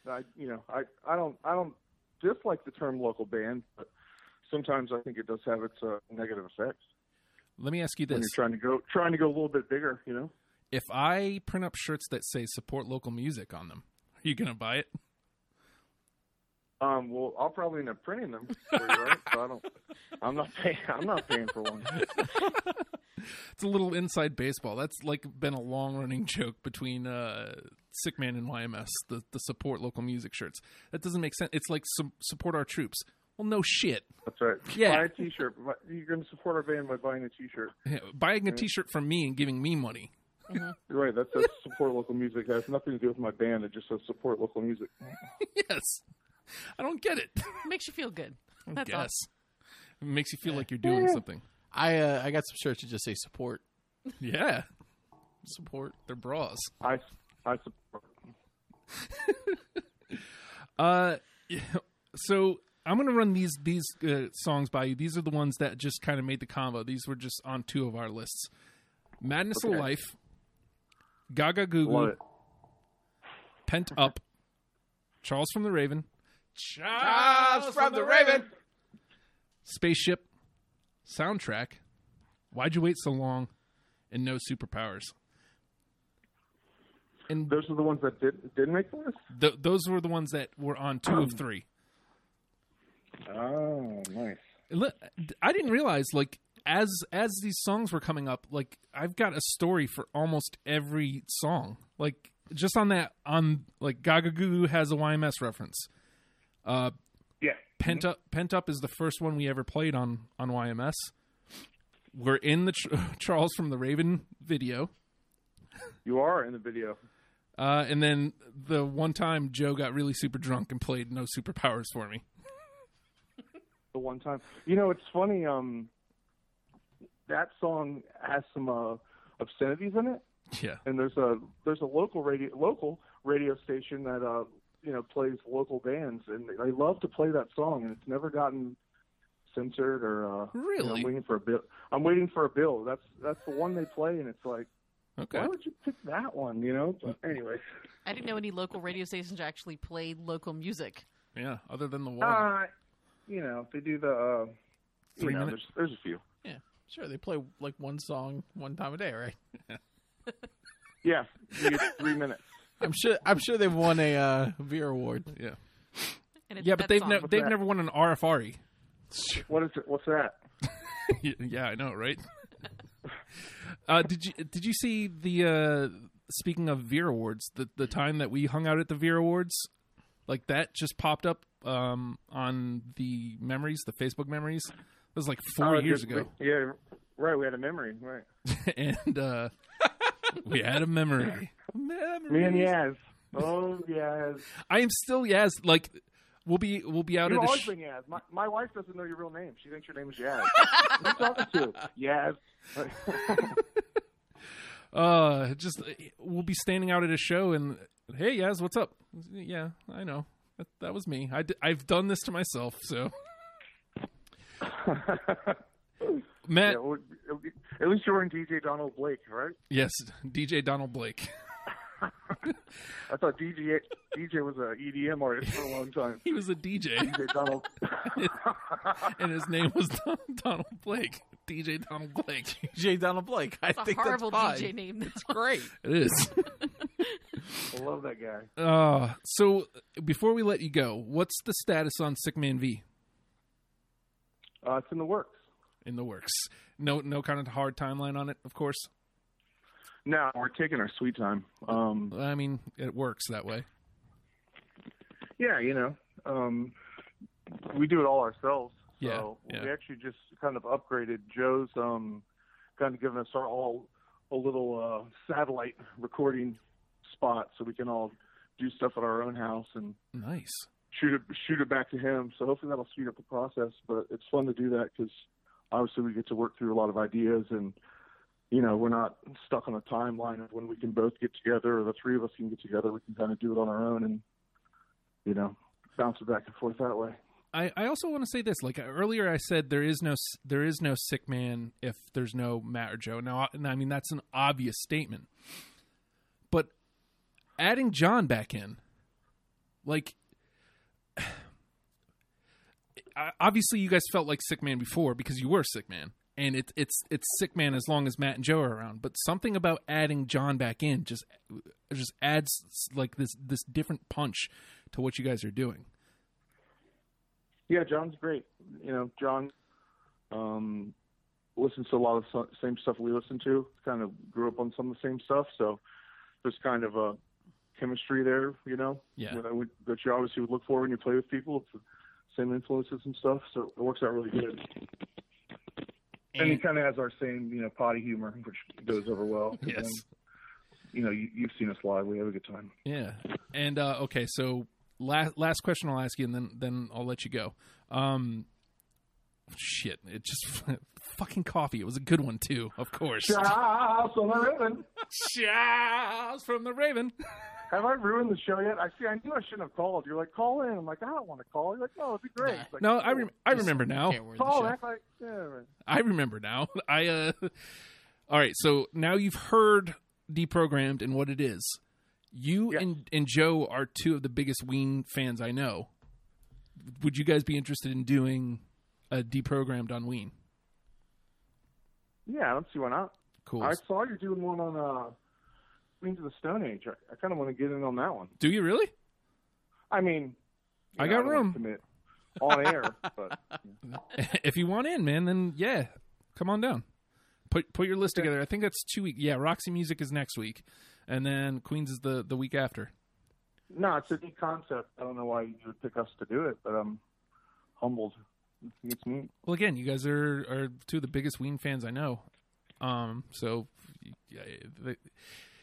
D: I you know I I don't I don't dislike the term local band, but sometimes I think it does have its uh, negative effects
A: Let me ask you
D: when
A: this.
D: you're trying to go trying to go a little bit bigger, you know.
A: if I print up shirts that say support local music on them, are you going to buy it?
D: Um, well, I'll probably end up printing them, for you, right? so I don't. I'm not paying. I'm not paying for one.
A: It's a little inside baseball. That's like been a long running joke between uh, Sickman and YMS. The the support local music shirts. That doesn't make sense. It's like su- support our troops. Well, no shit.
D: That's right.
A: Yeah.
D: Buy a T-shirt. Bu- You're going to support our band by buying a T-shirt.
A: Yeah, Buying a T-shirt from me and giving me money.
D: You're right. That says support local music. That has nothing to do with my band. It just says support local music.
A: Yes, I don't get it.
C: Makes you feel good.
A: I
C: That's
A: guess it makes you feel like you're doing something.
B: I uh, I got some shirts that just say support.
A: Yeah,
B: Support.
A: they're bras.
D: I I support.
A: Uh, yeah, so I'm gonna run these these uh, songs by you. These are the ones that just kind of made the combo. These were just on two of our lists: "Madness
D: Okay.
A: of Life," "Gaga Goo
D: Love
A: Goo,"
D: it.
A: "Pent Up," "Charles from the Raven,"
B: Charles Ah, from the Raven.
A: "Spaceship," "Soundtrack," "Why'd You Wait So Long," and "No Superpowers." And
D: Those are the ones that did didn't make the list.
A: th- those were the ones that were on two of three.
D: Oh, nice.
A: Look, I didn't realize like as as these songs were coming up, like I've got a story for almost every song. Like just on that on like Gaga Goo Goo has a YMS reference. Uh
D: Yeah.
A: Pent Up Pent Up is the first one we ever played on on YMS. We're in the Ch- Charles from the Raven video.
D: You are in the video.
A: Uh, and then the one time Joe got really super drunk and played No Superpowers for me.
D: the one time. You know, it's funny. Um, that song has some uh, obscenities in it,
A: Yeah.
D: and there's a there's a local radio local radio station that uh you know plays local bands, and they love to play that song, and it's never gotten censored or uh, you know,
A: Really?
D: I'm waiting for a bill. I'm waiting for a bill. That's that's the one they play, and it's like,
A: Okay.
D: why would you pick that one? You know. But anyway,
C: I didn't know any local radio stations actually played local music.
A: Yeah. Other than the one.
D: uh, you know they do the uh, you
A: Three
D: know,
A: minute-
D: There's, there's a few.
B: Yeah, sure. They play like one song one time a day, right?
D: Yeah, you get three minutes.
B: I'm sure. I'm sure they've won a uh, Veer Award.
A: yeah.
C: And it's
A: Yeah,
C: that
A: but they've
C: song.
A: never they've
D: that?
A: never won an RFRE.
D: What is it? What's that?
A: yeah, I know, right? uh, did you did you see the uh, speaking of Veer Awards, the the time that we hung out at the Veer Awards, like that just popped up um, on the memories, the Facebook memories. It was like four
D: Oh,
A: years
D: just-
A: ago,
D: Yeah, right. We had a memory, right?
A: and uh, we had a memory. Memories.
D: Me and Yaz. Oh, Yaz.
A: I am still Yaz. Like we'll be we'll be out
D: You've
A: at a
D: always
A: sh-
D: been Yaz. My, my wife doesn't know your real name. She thinks your name is Yaz. Who are you talking to? Yaz.
A: uh just we'll be standing out at a show and hey Yaz, what's up? Yeah, I know. That, that was me. I d- I've done this to myself, so Matt,
D: Yeah, well, at least you weren't DJ Donald Blake, right?
A: yes, DJ Donald Blake.
D: I thought DJ DJ was a EDM artist for a long time.
A: He was a DJ,
D: DJ Donald.
A: and his name was Don- Donald Blake. DJ Donald Blake.
B: J. Donald Blake. I
C: It's a
B: think
C: horrible
B: that's
C: DJ
B: fine.
C: name. though.
B: It's great.
A: It is.
D: I love that guy.
A: Uh, so before we let you go, what's the status on Sick Man V
D: Uh, it's in the works.
A: in the works? No, no kind of hard timeline on it, of course.
D: No, we're taking our sweet time. Um,
A: I mean, it works that way.
D: Yeah, you know, um, we do it all ourselves. So
A: Yeah, yeah.
D: we actually just kind of upgraded Joe's, um, kind of giving us our all a little uh, satellite recording spot so we can all do stuff at our own house and
A: Nice.
D: shoot it shoot it back to him. So hopefully that'll speed up the process. But it's fun to do that because obviously we get to work through a lot of ideas and. You know, we're not stuck on a timeline of when we can both get together, or the three of us can get together. We can kind of do it on our own, and you know, bounce it back and forth that way.
A: I, I also want to say this. Like earlier, I said there is no s- there is no sick man if there's no Matt or Joe. Now, I- I mean that's an obvious statement, but adding John back in, like, I- obviously you guys felt like sick man before because you were sick man, and it's it's it's sick man as long as Matt and Joe are around. But something about adding John back in just just adds like this this different punch to what you guys are doing.
D: Yeah, John's great. You know, John um, listens to a lot of so- same stuff we listen to. Kind of grew up on some of the same stuff, so there's kind of a chemistry there. You know,
A: Yeah.
D: that, I would, that you obviously would look for when you play with people. It's the same influences and stuff, so it works out really good. And, he kind of has our same, you know, potty humor, which goes over well.
A: Yes.
D: And, you know, you, you've seen us live. We have a good time.
A: Yeah. And uh, okay, so last last question I'll ask you, and then then I'll let you go. Um, shit, it just fucking coffee. It was a good one too, of course.
D: Charles on the ribbon.
A: Shouts from the Raven.
D: Have I ruined the show yet? I see. I knew I shouldn't have called. You're like, call in. I'm like, I don't want to call. You're like, no, it'd be great. It's like,
A: No, I rem- I remember now.
B: Can't wear the
D: Call.
B: show.
D: Act like, yeah, right.
A: I remember now. I uh, all right. So now you've heard deprogrammed and what it is. You
D: Yes.
A: and and Joe are two of the biggest Ween fans I know. Would you guys be interested in doing a deprogrammed on Ween?
D: yeah. I don't see why not.
A: Cool.
D: I saw you doing one on uh, Queens of the Stone Age. I, I kind of want to get in on that one.
A: Do you really?
D: I mean, you
A: I
D: know,
A: got
D: don't wanna
A: room.
D: Commit on air, but
A: if you want in, man, then yeah, come on down. Put put your list together. I think that's two week. Yeah, Roxy Music is next week, and then Queens is the the week after.
D: no, it's a neat concept. I don't know why you would pick us to do it, but I'm humbled. It's neat.
A: Well, again, you guys are are two of the biggest Ween fans I know. Um, so yeah, the-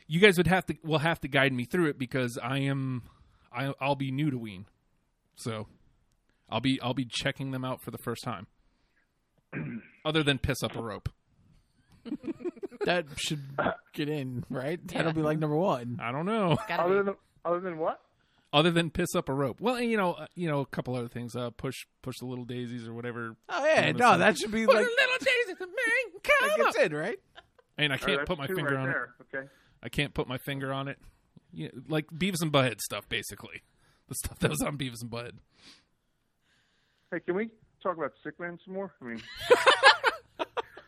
A: you guys would have to will have to guide me through it because I am I I'll be new to Ween. So I'll be I'll be checking them out for the first time. Other than piss up a rope.
B: That should get in, right? That'll be like number one.
A: I don't know.
C: Gotta
D: Other
C: be.
D: than other than what?
A: Other than piss up a rope. Well, you know, uh, you know, a couple other things. Uh, push push the little daisies or whatever.
B: Oh yeah, no, that should be like
A: daisies,
B: like it's in, right?
A: And I
D: All
A: can't
D: right,
A: put my
D: that's two
A: finger
D: right
A: on it.
D: there. Okay.
A: I can't put my finger on it. You know, like Beavis and Butthead stuff, basically. The stuff that was on Beavis and Butthead.
D: Hey, can we talk about Sick Man some more? I mean,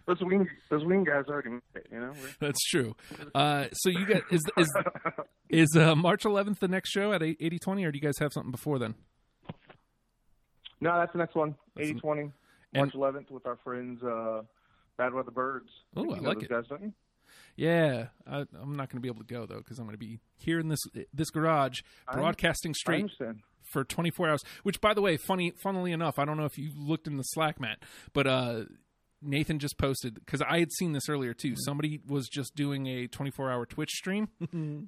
D: those wing those wing guys already made it, you know.
A: That's true. Uh, so you guys is is is uh, March 11th the next show at 8, 8020, or do you guys have something before then?
D: No, that's the next one.
A: That's-
D: Eighty twenty, March eleventh, with our friends uh, Bad Weather Birds.
A: Ooh,
D: You
A: I
D: know
A: like
D: those
A: it.
D: Guys, don't you?
A: Yeah, I, I'm not going to be able to go though because I'm going to be here in this this garage
D: I'm-
A: broadcasting
D: I
A: straight
D: understand.
A: for 24 hours. Which, by the way, funny, funnily enough, I don't know if you looked in the Slack, Matt, but uh, Nathan just posted because I had seen this earlier
B: Mm-hmm.
A: too. Somebody was just doing a 24 hour Twitch stream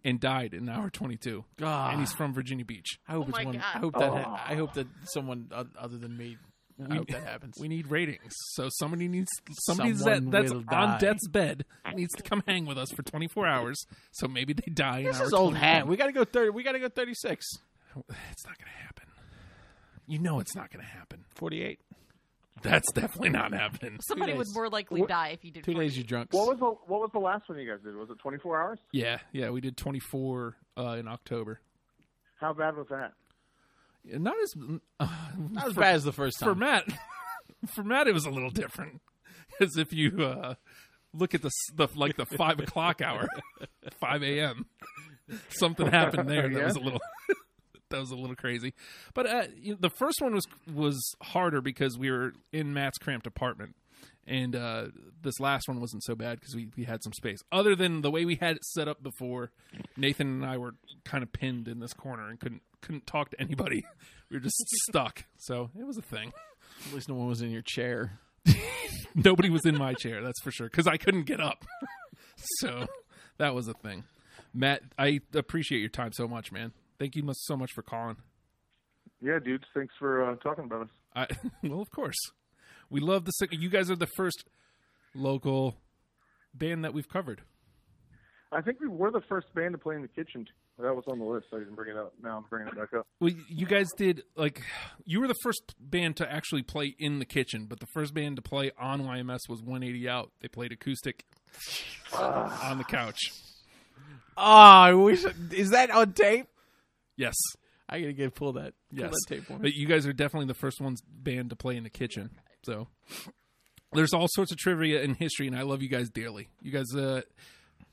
A: and died in hour 22, and
B: Ah,
A: he's from Virginia Beach.
B: I hope
C: Oh
B: it's
C: my
B: one. I
C: God.
B: hope that.
D: Oh.
B: Ha- I hope that someone o- other than me. I hope that happens.
A: We need ratings, so somebody needs somebody that,
B: Someone
A: that's
B: will
A: on
B: die.
A: death's bed needs to come hang with us for 24 hours. So maybe they die.
B: This
A: in hour
B: is old
A: 21.
B: hat. We gotta go thirty. We gotta go thirty-six.
A: It's not going to happen. You know it's not going to happen.
B: Forty-eight.
A: That's definitely not happening.
C: Somebody would
B: days.
C: more likely
D: What-
C: die if you did.
B: Two
C: four-
B: days, you drunks.
D: What was the What was the last one you guys did? Was it twenty four hours?
A: Yeah, yeah, we did 24 uh, in October.
D: How bad was that?
A: Yeah, Not as uh,
B: Not as
A: for,
B: bad as the first time.
A: for Matt. for Matt, it was a little different because if you uh, look at the, s- the like the five o'clock hour, five a.m., something happened there that
D: Yeah.
A: was a little that was a little crazy. But uh, you know, the first one was was harder because we were in Matt's cramped apartment. And uh, this last one wasn't so bad because we, we had some space. Other than the way we had it set up before, Nathan and I were kind of pinned in this corner and couldn't couldn't talk to anybody. We were just stuck. So it was a thing.
B: At least no one was in your chair.
A: Nobody was in my chair, that's for sure, because I couldn't get up. so that was a thing. Matt, I appreciate your time so much, man. Thank you mu- so much for calling.
D: Yeah, dudes, thanks for uh, talking about us.
A: I, well, of course, we love the. Sick- You guys are the first local band that we've covered.
D: I think we were the first band to play in the kitchen. too. That was on the list. I didn't bring it up. Now I'm bringing it back up.
A: Well, y- you guys did like you were the first band to actually play in the kitchen, but the first band to play on YMS was 180 Out. They played acoustic on the couch.
B: Oh, I wish. Is that on tape?
A: Yes,
B: I gotta get pull that. Pull
A: Yes.
B: that tape for me.
A: But you guys are definitely the first ones band to play in the kitchen. So there's all sorts of trivia and history, and I love you guys dearly. You guys, uh,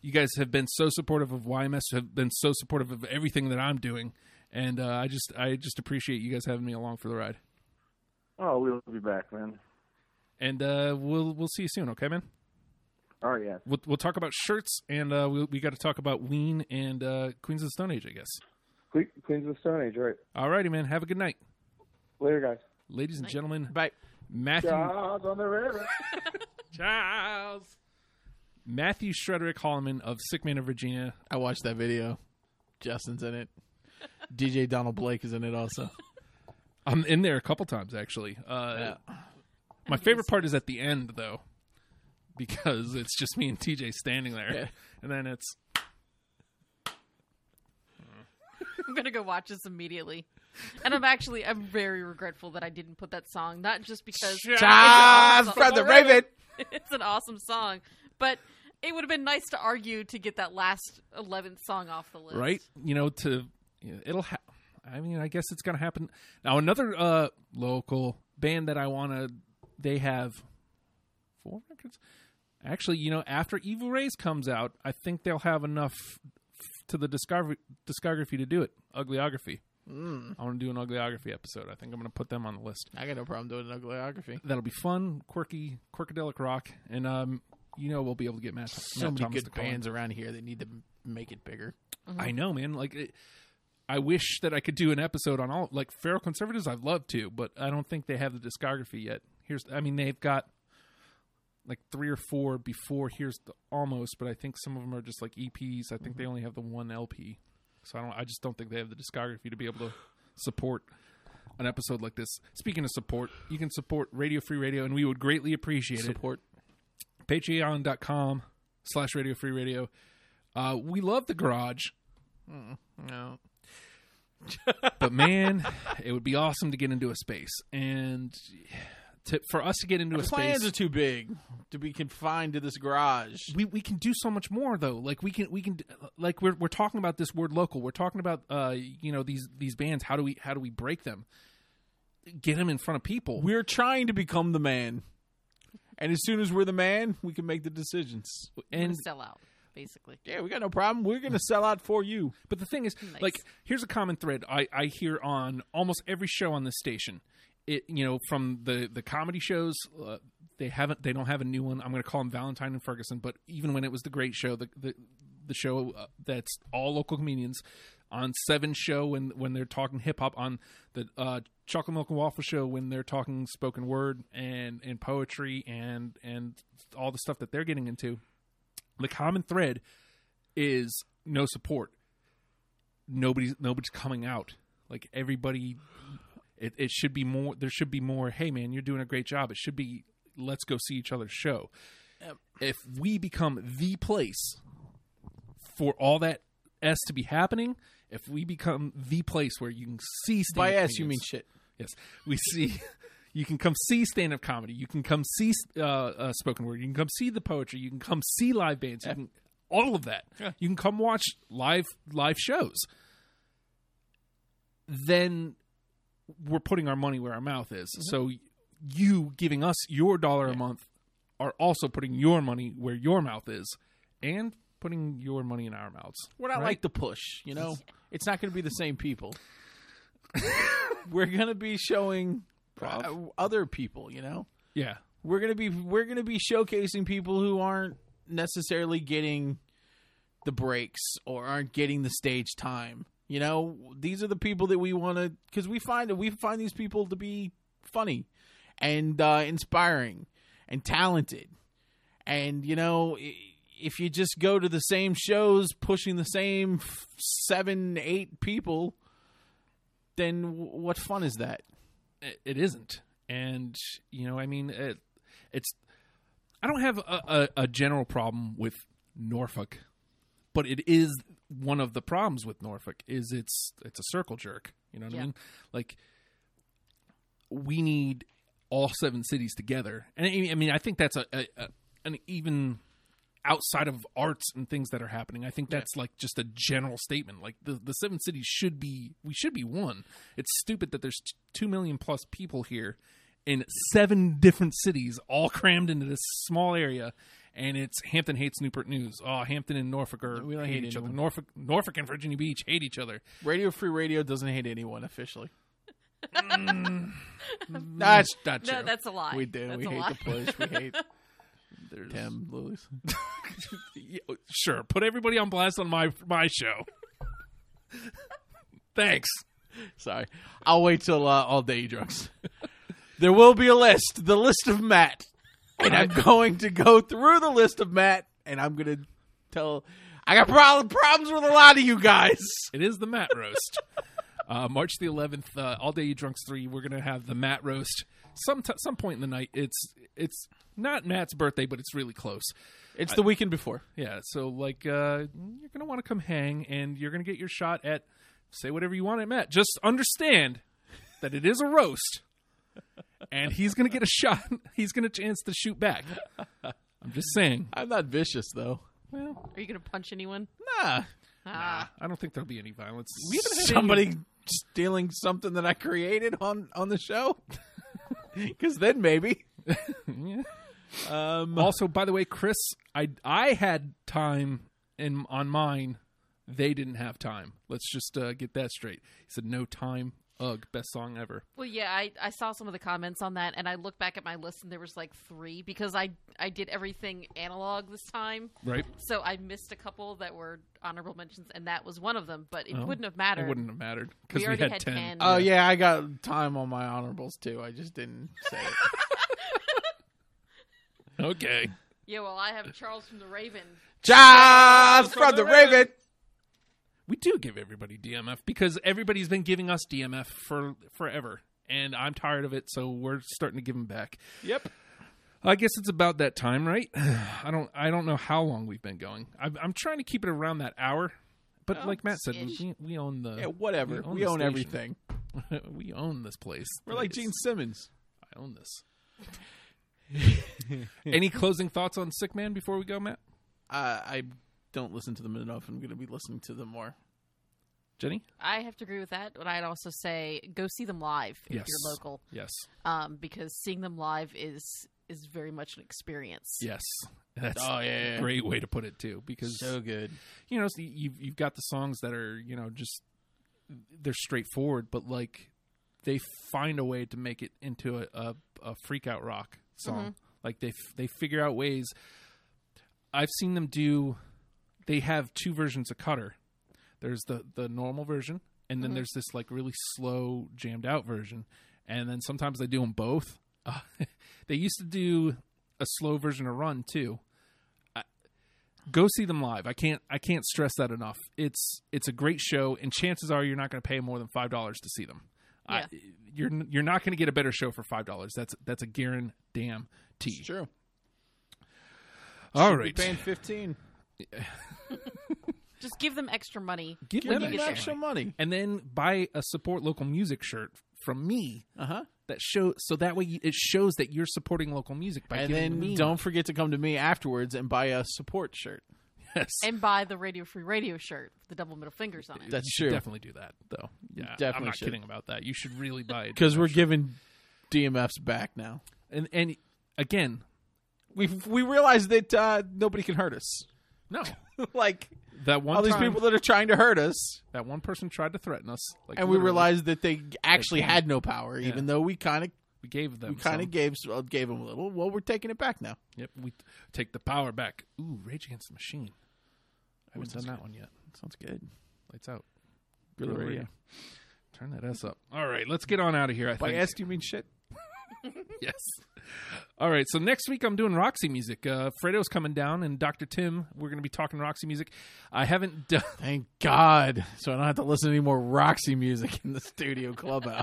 A: you guys have been so supportive of YMS, have been so supportive of everything that I'm doing, and uh, I just, I just appreciate you guys having me along for the ride.
D: Oh, we'll be back, man.
A: And uh, we'll we'll see you soon, okay, man.
D: All right, Oh, yeah.
A: We'll, we'll talk about shirts, and uh, we we got to talk about Ween and uh, Queens of the Stone Age, I guess.
D: Que- Queens of the Stone Age, right?
A: Alrighty, man. Have a good night,
D: Later, guys.
A: ladies and gentlemen.
B: Bye.
A: Matthew.
D: Jobs on the river.
A: Charles. Matthew Shrederick Holloman of Sick Man of Virginia.
B: I watched that video. Justin's in it. DJ Donald Blake is in it also.
A: I'm in there a couple times actually. Uh, My favorite part is at the end though, because it's just me and TJ standing there,
B: Yeah.
A: and then it's
C: I'm gonna go watch this immediately. And I'm actually I'm very regretful that I didn't put that song. Not just because it's an
B: Time
C: awesome-
B: from the Raven.
C: It's an awesome song, but it would have been nice to argue to get that last eleventh song off the list.
A: right. You know, to you know, it'll. Ha- I mean, I guess it's gonna happen. Now another uh, local band that I wanna. They have four records. Actually, you know, after Evil Rays comes out, I think they'll have enough f- to the discover- discography to do it. Ugliography.
B: Mm,
A: I want to do an ugliography episode. I think I'm going to put them on the list.
B: I got no problem doing an ugliography.
A: That'll be fun, quirky, quirkadelic rock, and um, you know we'll be able to get Matt.
B: So
A: Matt
B: many
A: Thomas to
B: good
A: call in.
B: bands around here that need to m- make it bigger.
A: I know, man. Like, it, I wish that I could do an episode on all like feral conservatives. I'd love to, but I don't think they have the discography yet. Here's, I mean, they've got like three or four before here's the almost, but I think some of them are just like EPs. I think
B: Mm-hmm.
A: they only have the one LP, so I don't. I just don't think they have the discography to be able to support an episode like this. Speaking of support, you can support Radio Free Radio, and we would greatly appreciate it
B: Support.
A: patreon.com slash radio free radio uh, we love the garage
B: Mm, No.
A: but man it would be awesome to get into a space and to, for us to get into a space
B: Plans are too big to be confined to this garage.
A: we, we can do so much more though like we can we can like we're, we're talking about this word local we're talking about uh you know these these bands how do we how do we break them get them in front of people
B: We're trying to become the man. And as soon as we're the man, we can make the decisions.
A: and
C: to sell out, basically.
B: Yeah, we got no problem. We're going to sell out for you.
A: But the thing is,
C: Nice.
A: like, here's a common thread I, I hear on almost every show on this station. It you know from the the comedy shows uh, they haven't they don't have a new one. I'm going to call them Valentine and Ferguson. But even when it was the Great Show, the the, the show uh, that's all local comedians on Seven Show when when they're talking hip hop on the uh, Chocolate Milk and Waffle Show when they're talking spoken word and and poetry and and all the stuff that they're getting into. The common thread is no support nobody's nobody's coming out. Like everybody, it, it should be more. There should be more. Hey, man, you're doing a great job. It should be. Let's go see each other's show. If we become the place for all that s to be happening, if we become the place where you can see stand-up
B: By ass, you
A: comedians-
B: mean shit.
A: Yes, we see. You can come see stand-up comedy. You can come see uh, uh, spoken word. You can come see the poetry. You can come see live bands. You can all of that.
B: Yeah.
A: You can come watch live live shows. Then we're putting our money where our mouth is. So you giving us your dollar a month are also putting your money where your mouth is, and putting your money in our mouths.
B: We're not
A: Right.
B: like the push, you know? It's not going to be the same people. we're going to be showing uh,
A: Prov.
B: other people, you know?
A: Yeah,
B: We're going to be we're going to be showcasing people who aren't necessarily getting the breaks or aren't getting the stage time. You know, these are the people that we want to cuz we find we find these people to be funny and uh inspiring and talented. And you know, i- if you just go to the same shows pushing the same f- 7 8 people, then w- what fun is that?
A: it- it isn't. And you know, I mean, it, it's. I don't have a, a, a general problem with Norfolk, but it is one of the problems with Norfolk is it's it's a circle jerk. You know what
C: Yeah.
A: I mean? Like we need all seven cities together, and I I mean, I think that's a, a, a an even outside of arts and things that are happening. I think that's like just a general statement. Like the the seven cities should be we should be one. It's stupid that there's t- two million plus people here in seven different cities, all crammed into this small area. And it's Hampton hates Newport News. Oh, Hampton and Norfolk are
B: We don't
A: hate,
B: hate
A: each other.
B: anyone.
A: Norfolk, Norfolk and Virginia Beach hate each other.
B: Radio Free Radio doesn't hate anyone officially. That's not true.
C: No, that's a lie.
B: we do.
C: That's
B: we
C: a
B: hate
C: lie.
B: the push. We hate Tim Lewis.
A: Yeah, Sure, put everybody on blast on my my show. Thanks.
B: Sorry, I'll wait till uh, all day drugs. there will be a list, the list of Matt, and I'm going to go through the list of Matt, and I'm going to tell. I got prob- problems with a lot of you guys.
A: It is the Matt Roast. uh, March the 11th, uh, All Day You Drunks 3, we're going to have the Matt Roast. Some t- some point in the night, it's it's not Matt's birthday, but it's really close.
B: It's the weekend before.
A: Yeah, so like uh, you're going to want to come hang, and you're going to get your shot at say whatever you want at Matt. Just understand that it is a roast, and he's going to get a shot. He's going to chance to shoot back. I'm just saying.
B: I'm not vicious though.
A: Well,
C: Are you going to punch anyone?
B: Nah,
C: Ah,
A: I don't think there'll be any violence.
B: we haven't had somebody stealing something that I created on on the show. Because then maybe.
A: Yeah.
B: Um,
A: Also, by the way, Chris, I I had time in on mine. They didn't have time. Let's just uh, get that straight. He said no time. Ugh, best song ever.
C: well, yeah. I, I saw some of the comments on that, and I looked back at my list, and there was like three because I I did everything analog this time,
A: Right?
C: so I missed a couple that were honorable mentions, and that was one of them. But it
A: Oh,
C: wouldn't have mattered.
A: It wouldn't have mattered
C: We
A: because we,
C: already
A: had,
C: had
A: ten. Uh,
C: 10.
B: Oh yeah. I got time on my honorables too. I just didn't say it.
A: Okay.
C: Yeah, well, I have Charles from the Raven.
E: Jobs from the Raven.
A: We do give everybody DMF because everybody's been giving us DMF for forever. And I'm tired of it, so we're starting to give them back.
B: Yep.
A: I guess it's about that time, right? I don't. I don't know how long we've been going. I'm, I'm trying to keep it around that hour, but
B: Oh,
A: like Matt said, we-
C: ish.
A: we, we own the
B: Yeah, whatever.
A: We own
B: We
A: the
B: own
A: station.
B: everything.
A: we own this place.
B: We're like
A: Nice.
B: Gene Simmons.
A: I own this. Any closing thoughts on Sick Man before we go, Matt?
B: Uh, I don't listen to them enough. I'm going to be listening to them more.
A: Jenny?
C: I have to agree with that, but I'd also say go see them live if
A: Yes.
C: you're local,
A: Yes.
C: um, because seeing them live is is very much an experience.
A: Yes. That's
B: Oh, yeah.
A: a great way to put it too, because
B: good.
A: you know so you've you've got the songs that are you know just they're straightforward, but like they find a way to make it into a a, a freak out rock song. Like they f- they figure out ways. I've seen them do. They have two versions of Cutter. There's the the normal version, and then there's this like really slow jammed out version, and then sometimes they do them both. Uh, they used to do a slow version of Run too. I- Go see them live. I can't. I can't stress that enough. It's it's a great show, and chances are you're not going to pay more than five dollars to see them. I, you're you're not going to get a better show for five dollars. That's that's a guaran damn
B: It's
A: tea.
B: true.
A: All
B: Should be
A: right,
B: paying 15.
C: Just give them extra money.
A: give
B: Give
A: them
C: you
B: them
C: get
A: extra
C: there.
B: extra
A: money.
B: money.
A: and then buy a support local music shirt from me
B: Uh huh.
A: that show so that way you, it shows that you're supporting local music by
B: And
A: giving
B: then
A: me
B: don't forget to come to me afterwards and buy a support shirt.
A: yes.
C: And buy the Radio Free Radio shirt with the double middle fingers on it.
B: That's
A: You should
B: true.
A: Definitely do that though. Yeah, I'm
B: definitely
A: not
B: should.
A: kidding about that. You should really buy it
B: Because we're giving DMFs back now.
A: and and again
B: We we realize that uh, nobody can hurt us.
A: no
B: like
A: that one
B: all these
A: time-
B: people that are trying to hurt us,
A: that one person tried to threaten us like
B: and we
A: literally,
B: realized that they actually had no power, even though we kind of
A: we gave them
B: we kind
A: some.
B: of gave uh, gave them a little. Well, we're taking it back now.
A: Yep, we t- take the power back. Ooh, Rage Against the Machine. I haven't done that one yet.
B: Sounds good.
A: Lights out.
B: Gorilla
A: Gorilla
B: Radio.
A: Radio. Turn that S up. All right, let's get on out of here. I
B: By
A: think.
B: S, do you mean shit?
A: yes. All right, so next week I'm doing Roxy music. Uh, Fredo's coming down, and Dr. Tim. We're going to be talking Roxy music. I haven't done.
B: Thank God, so I don't have to listen to any more Roxy music in the studio clubhouse.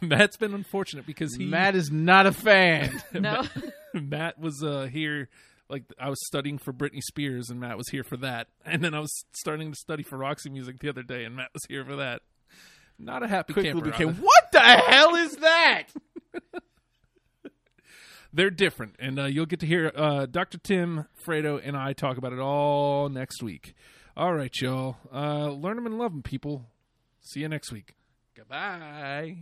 A: Matt's been unfortunate because he
B: Matt is not a fan.
C: no,
A: Matt was uh, here. Like I was studying for Britney Spears, and Matt was here for that. And then I was starting to study for Roxy music the other day, and Matt was here for that. Not a happy
B: Quickly
A: camper on
B: became
A: it.
B: what the hell is that?
A: they're different and uh, you'll get to hear uh, dr tim fredo and i talk about it all next week all right y'all uh, learn them and love them people see you next week goodbye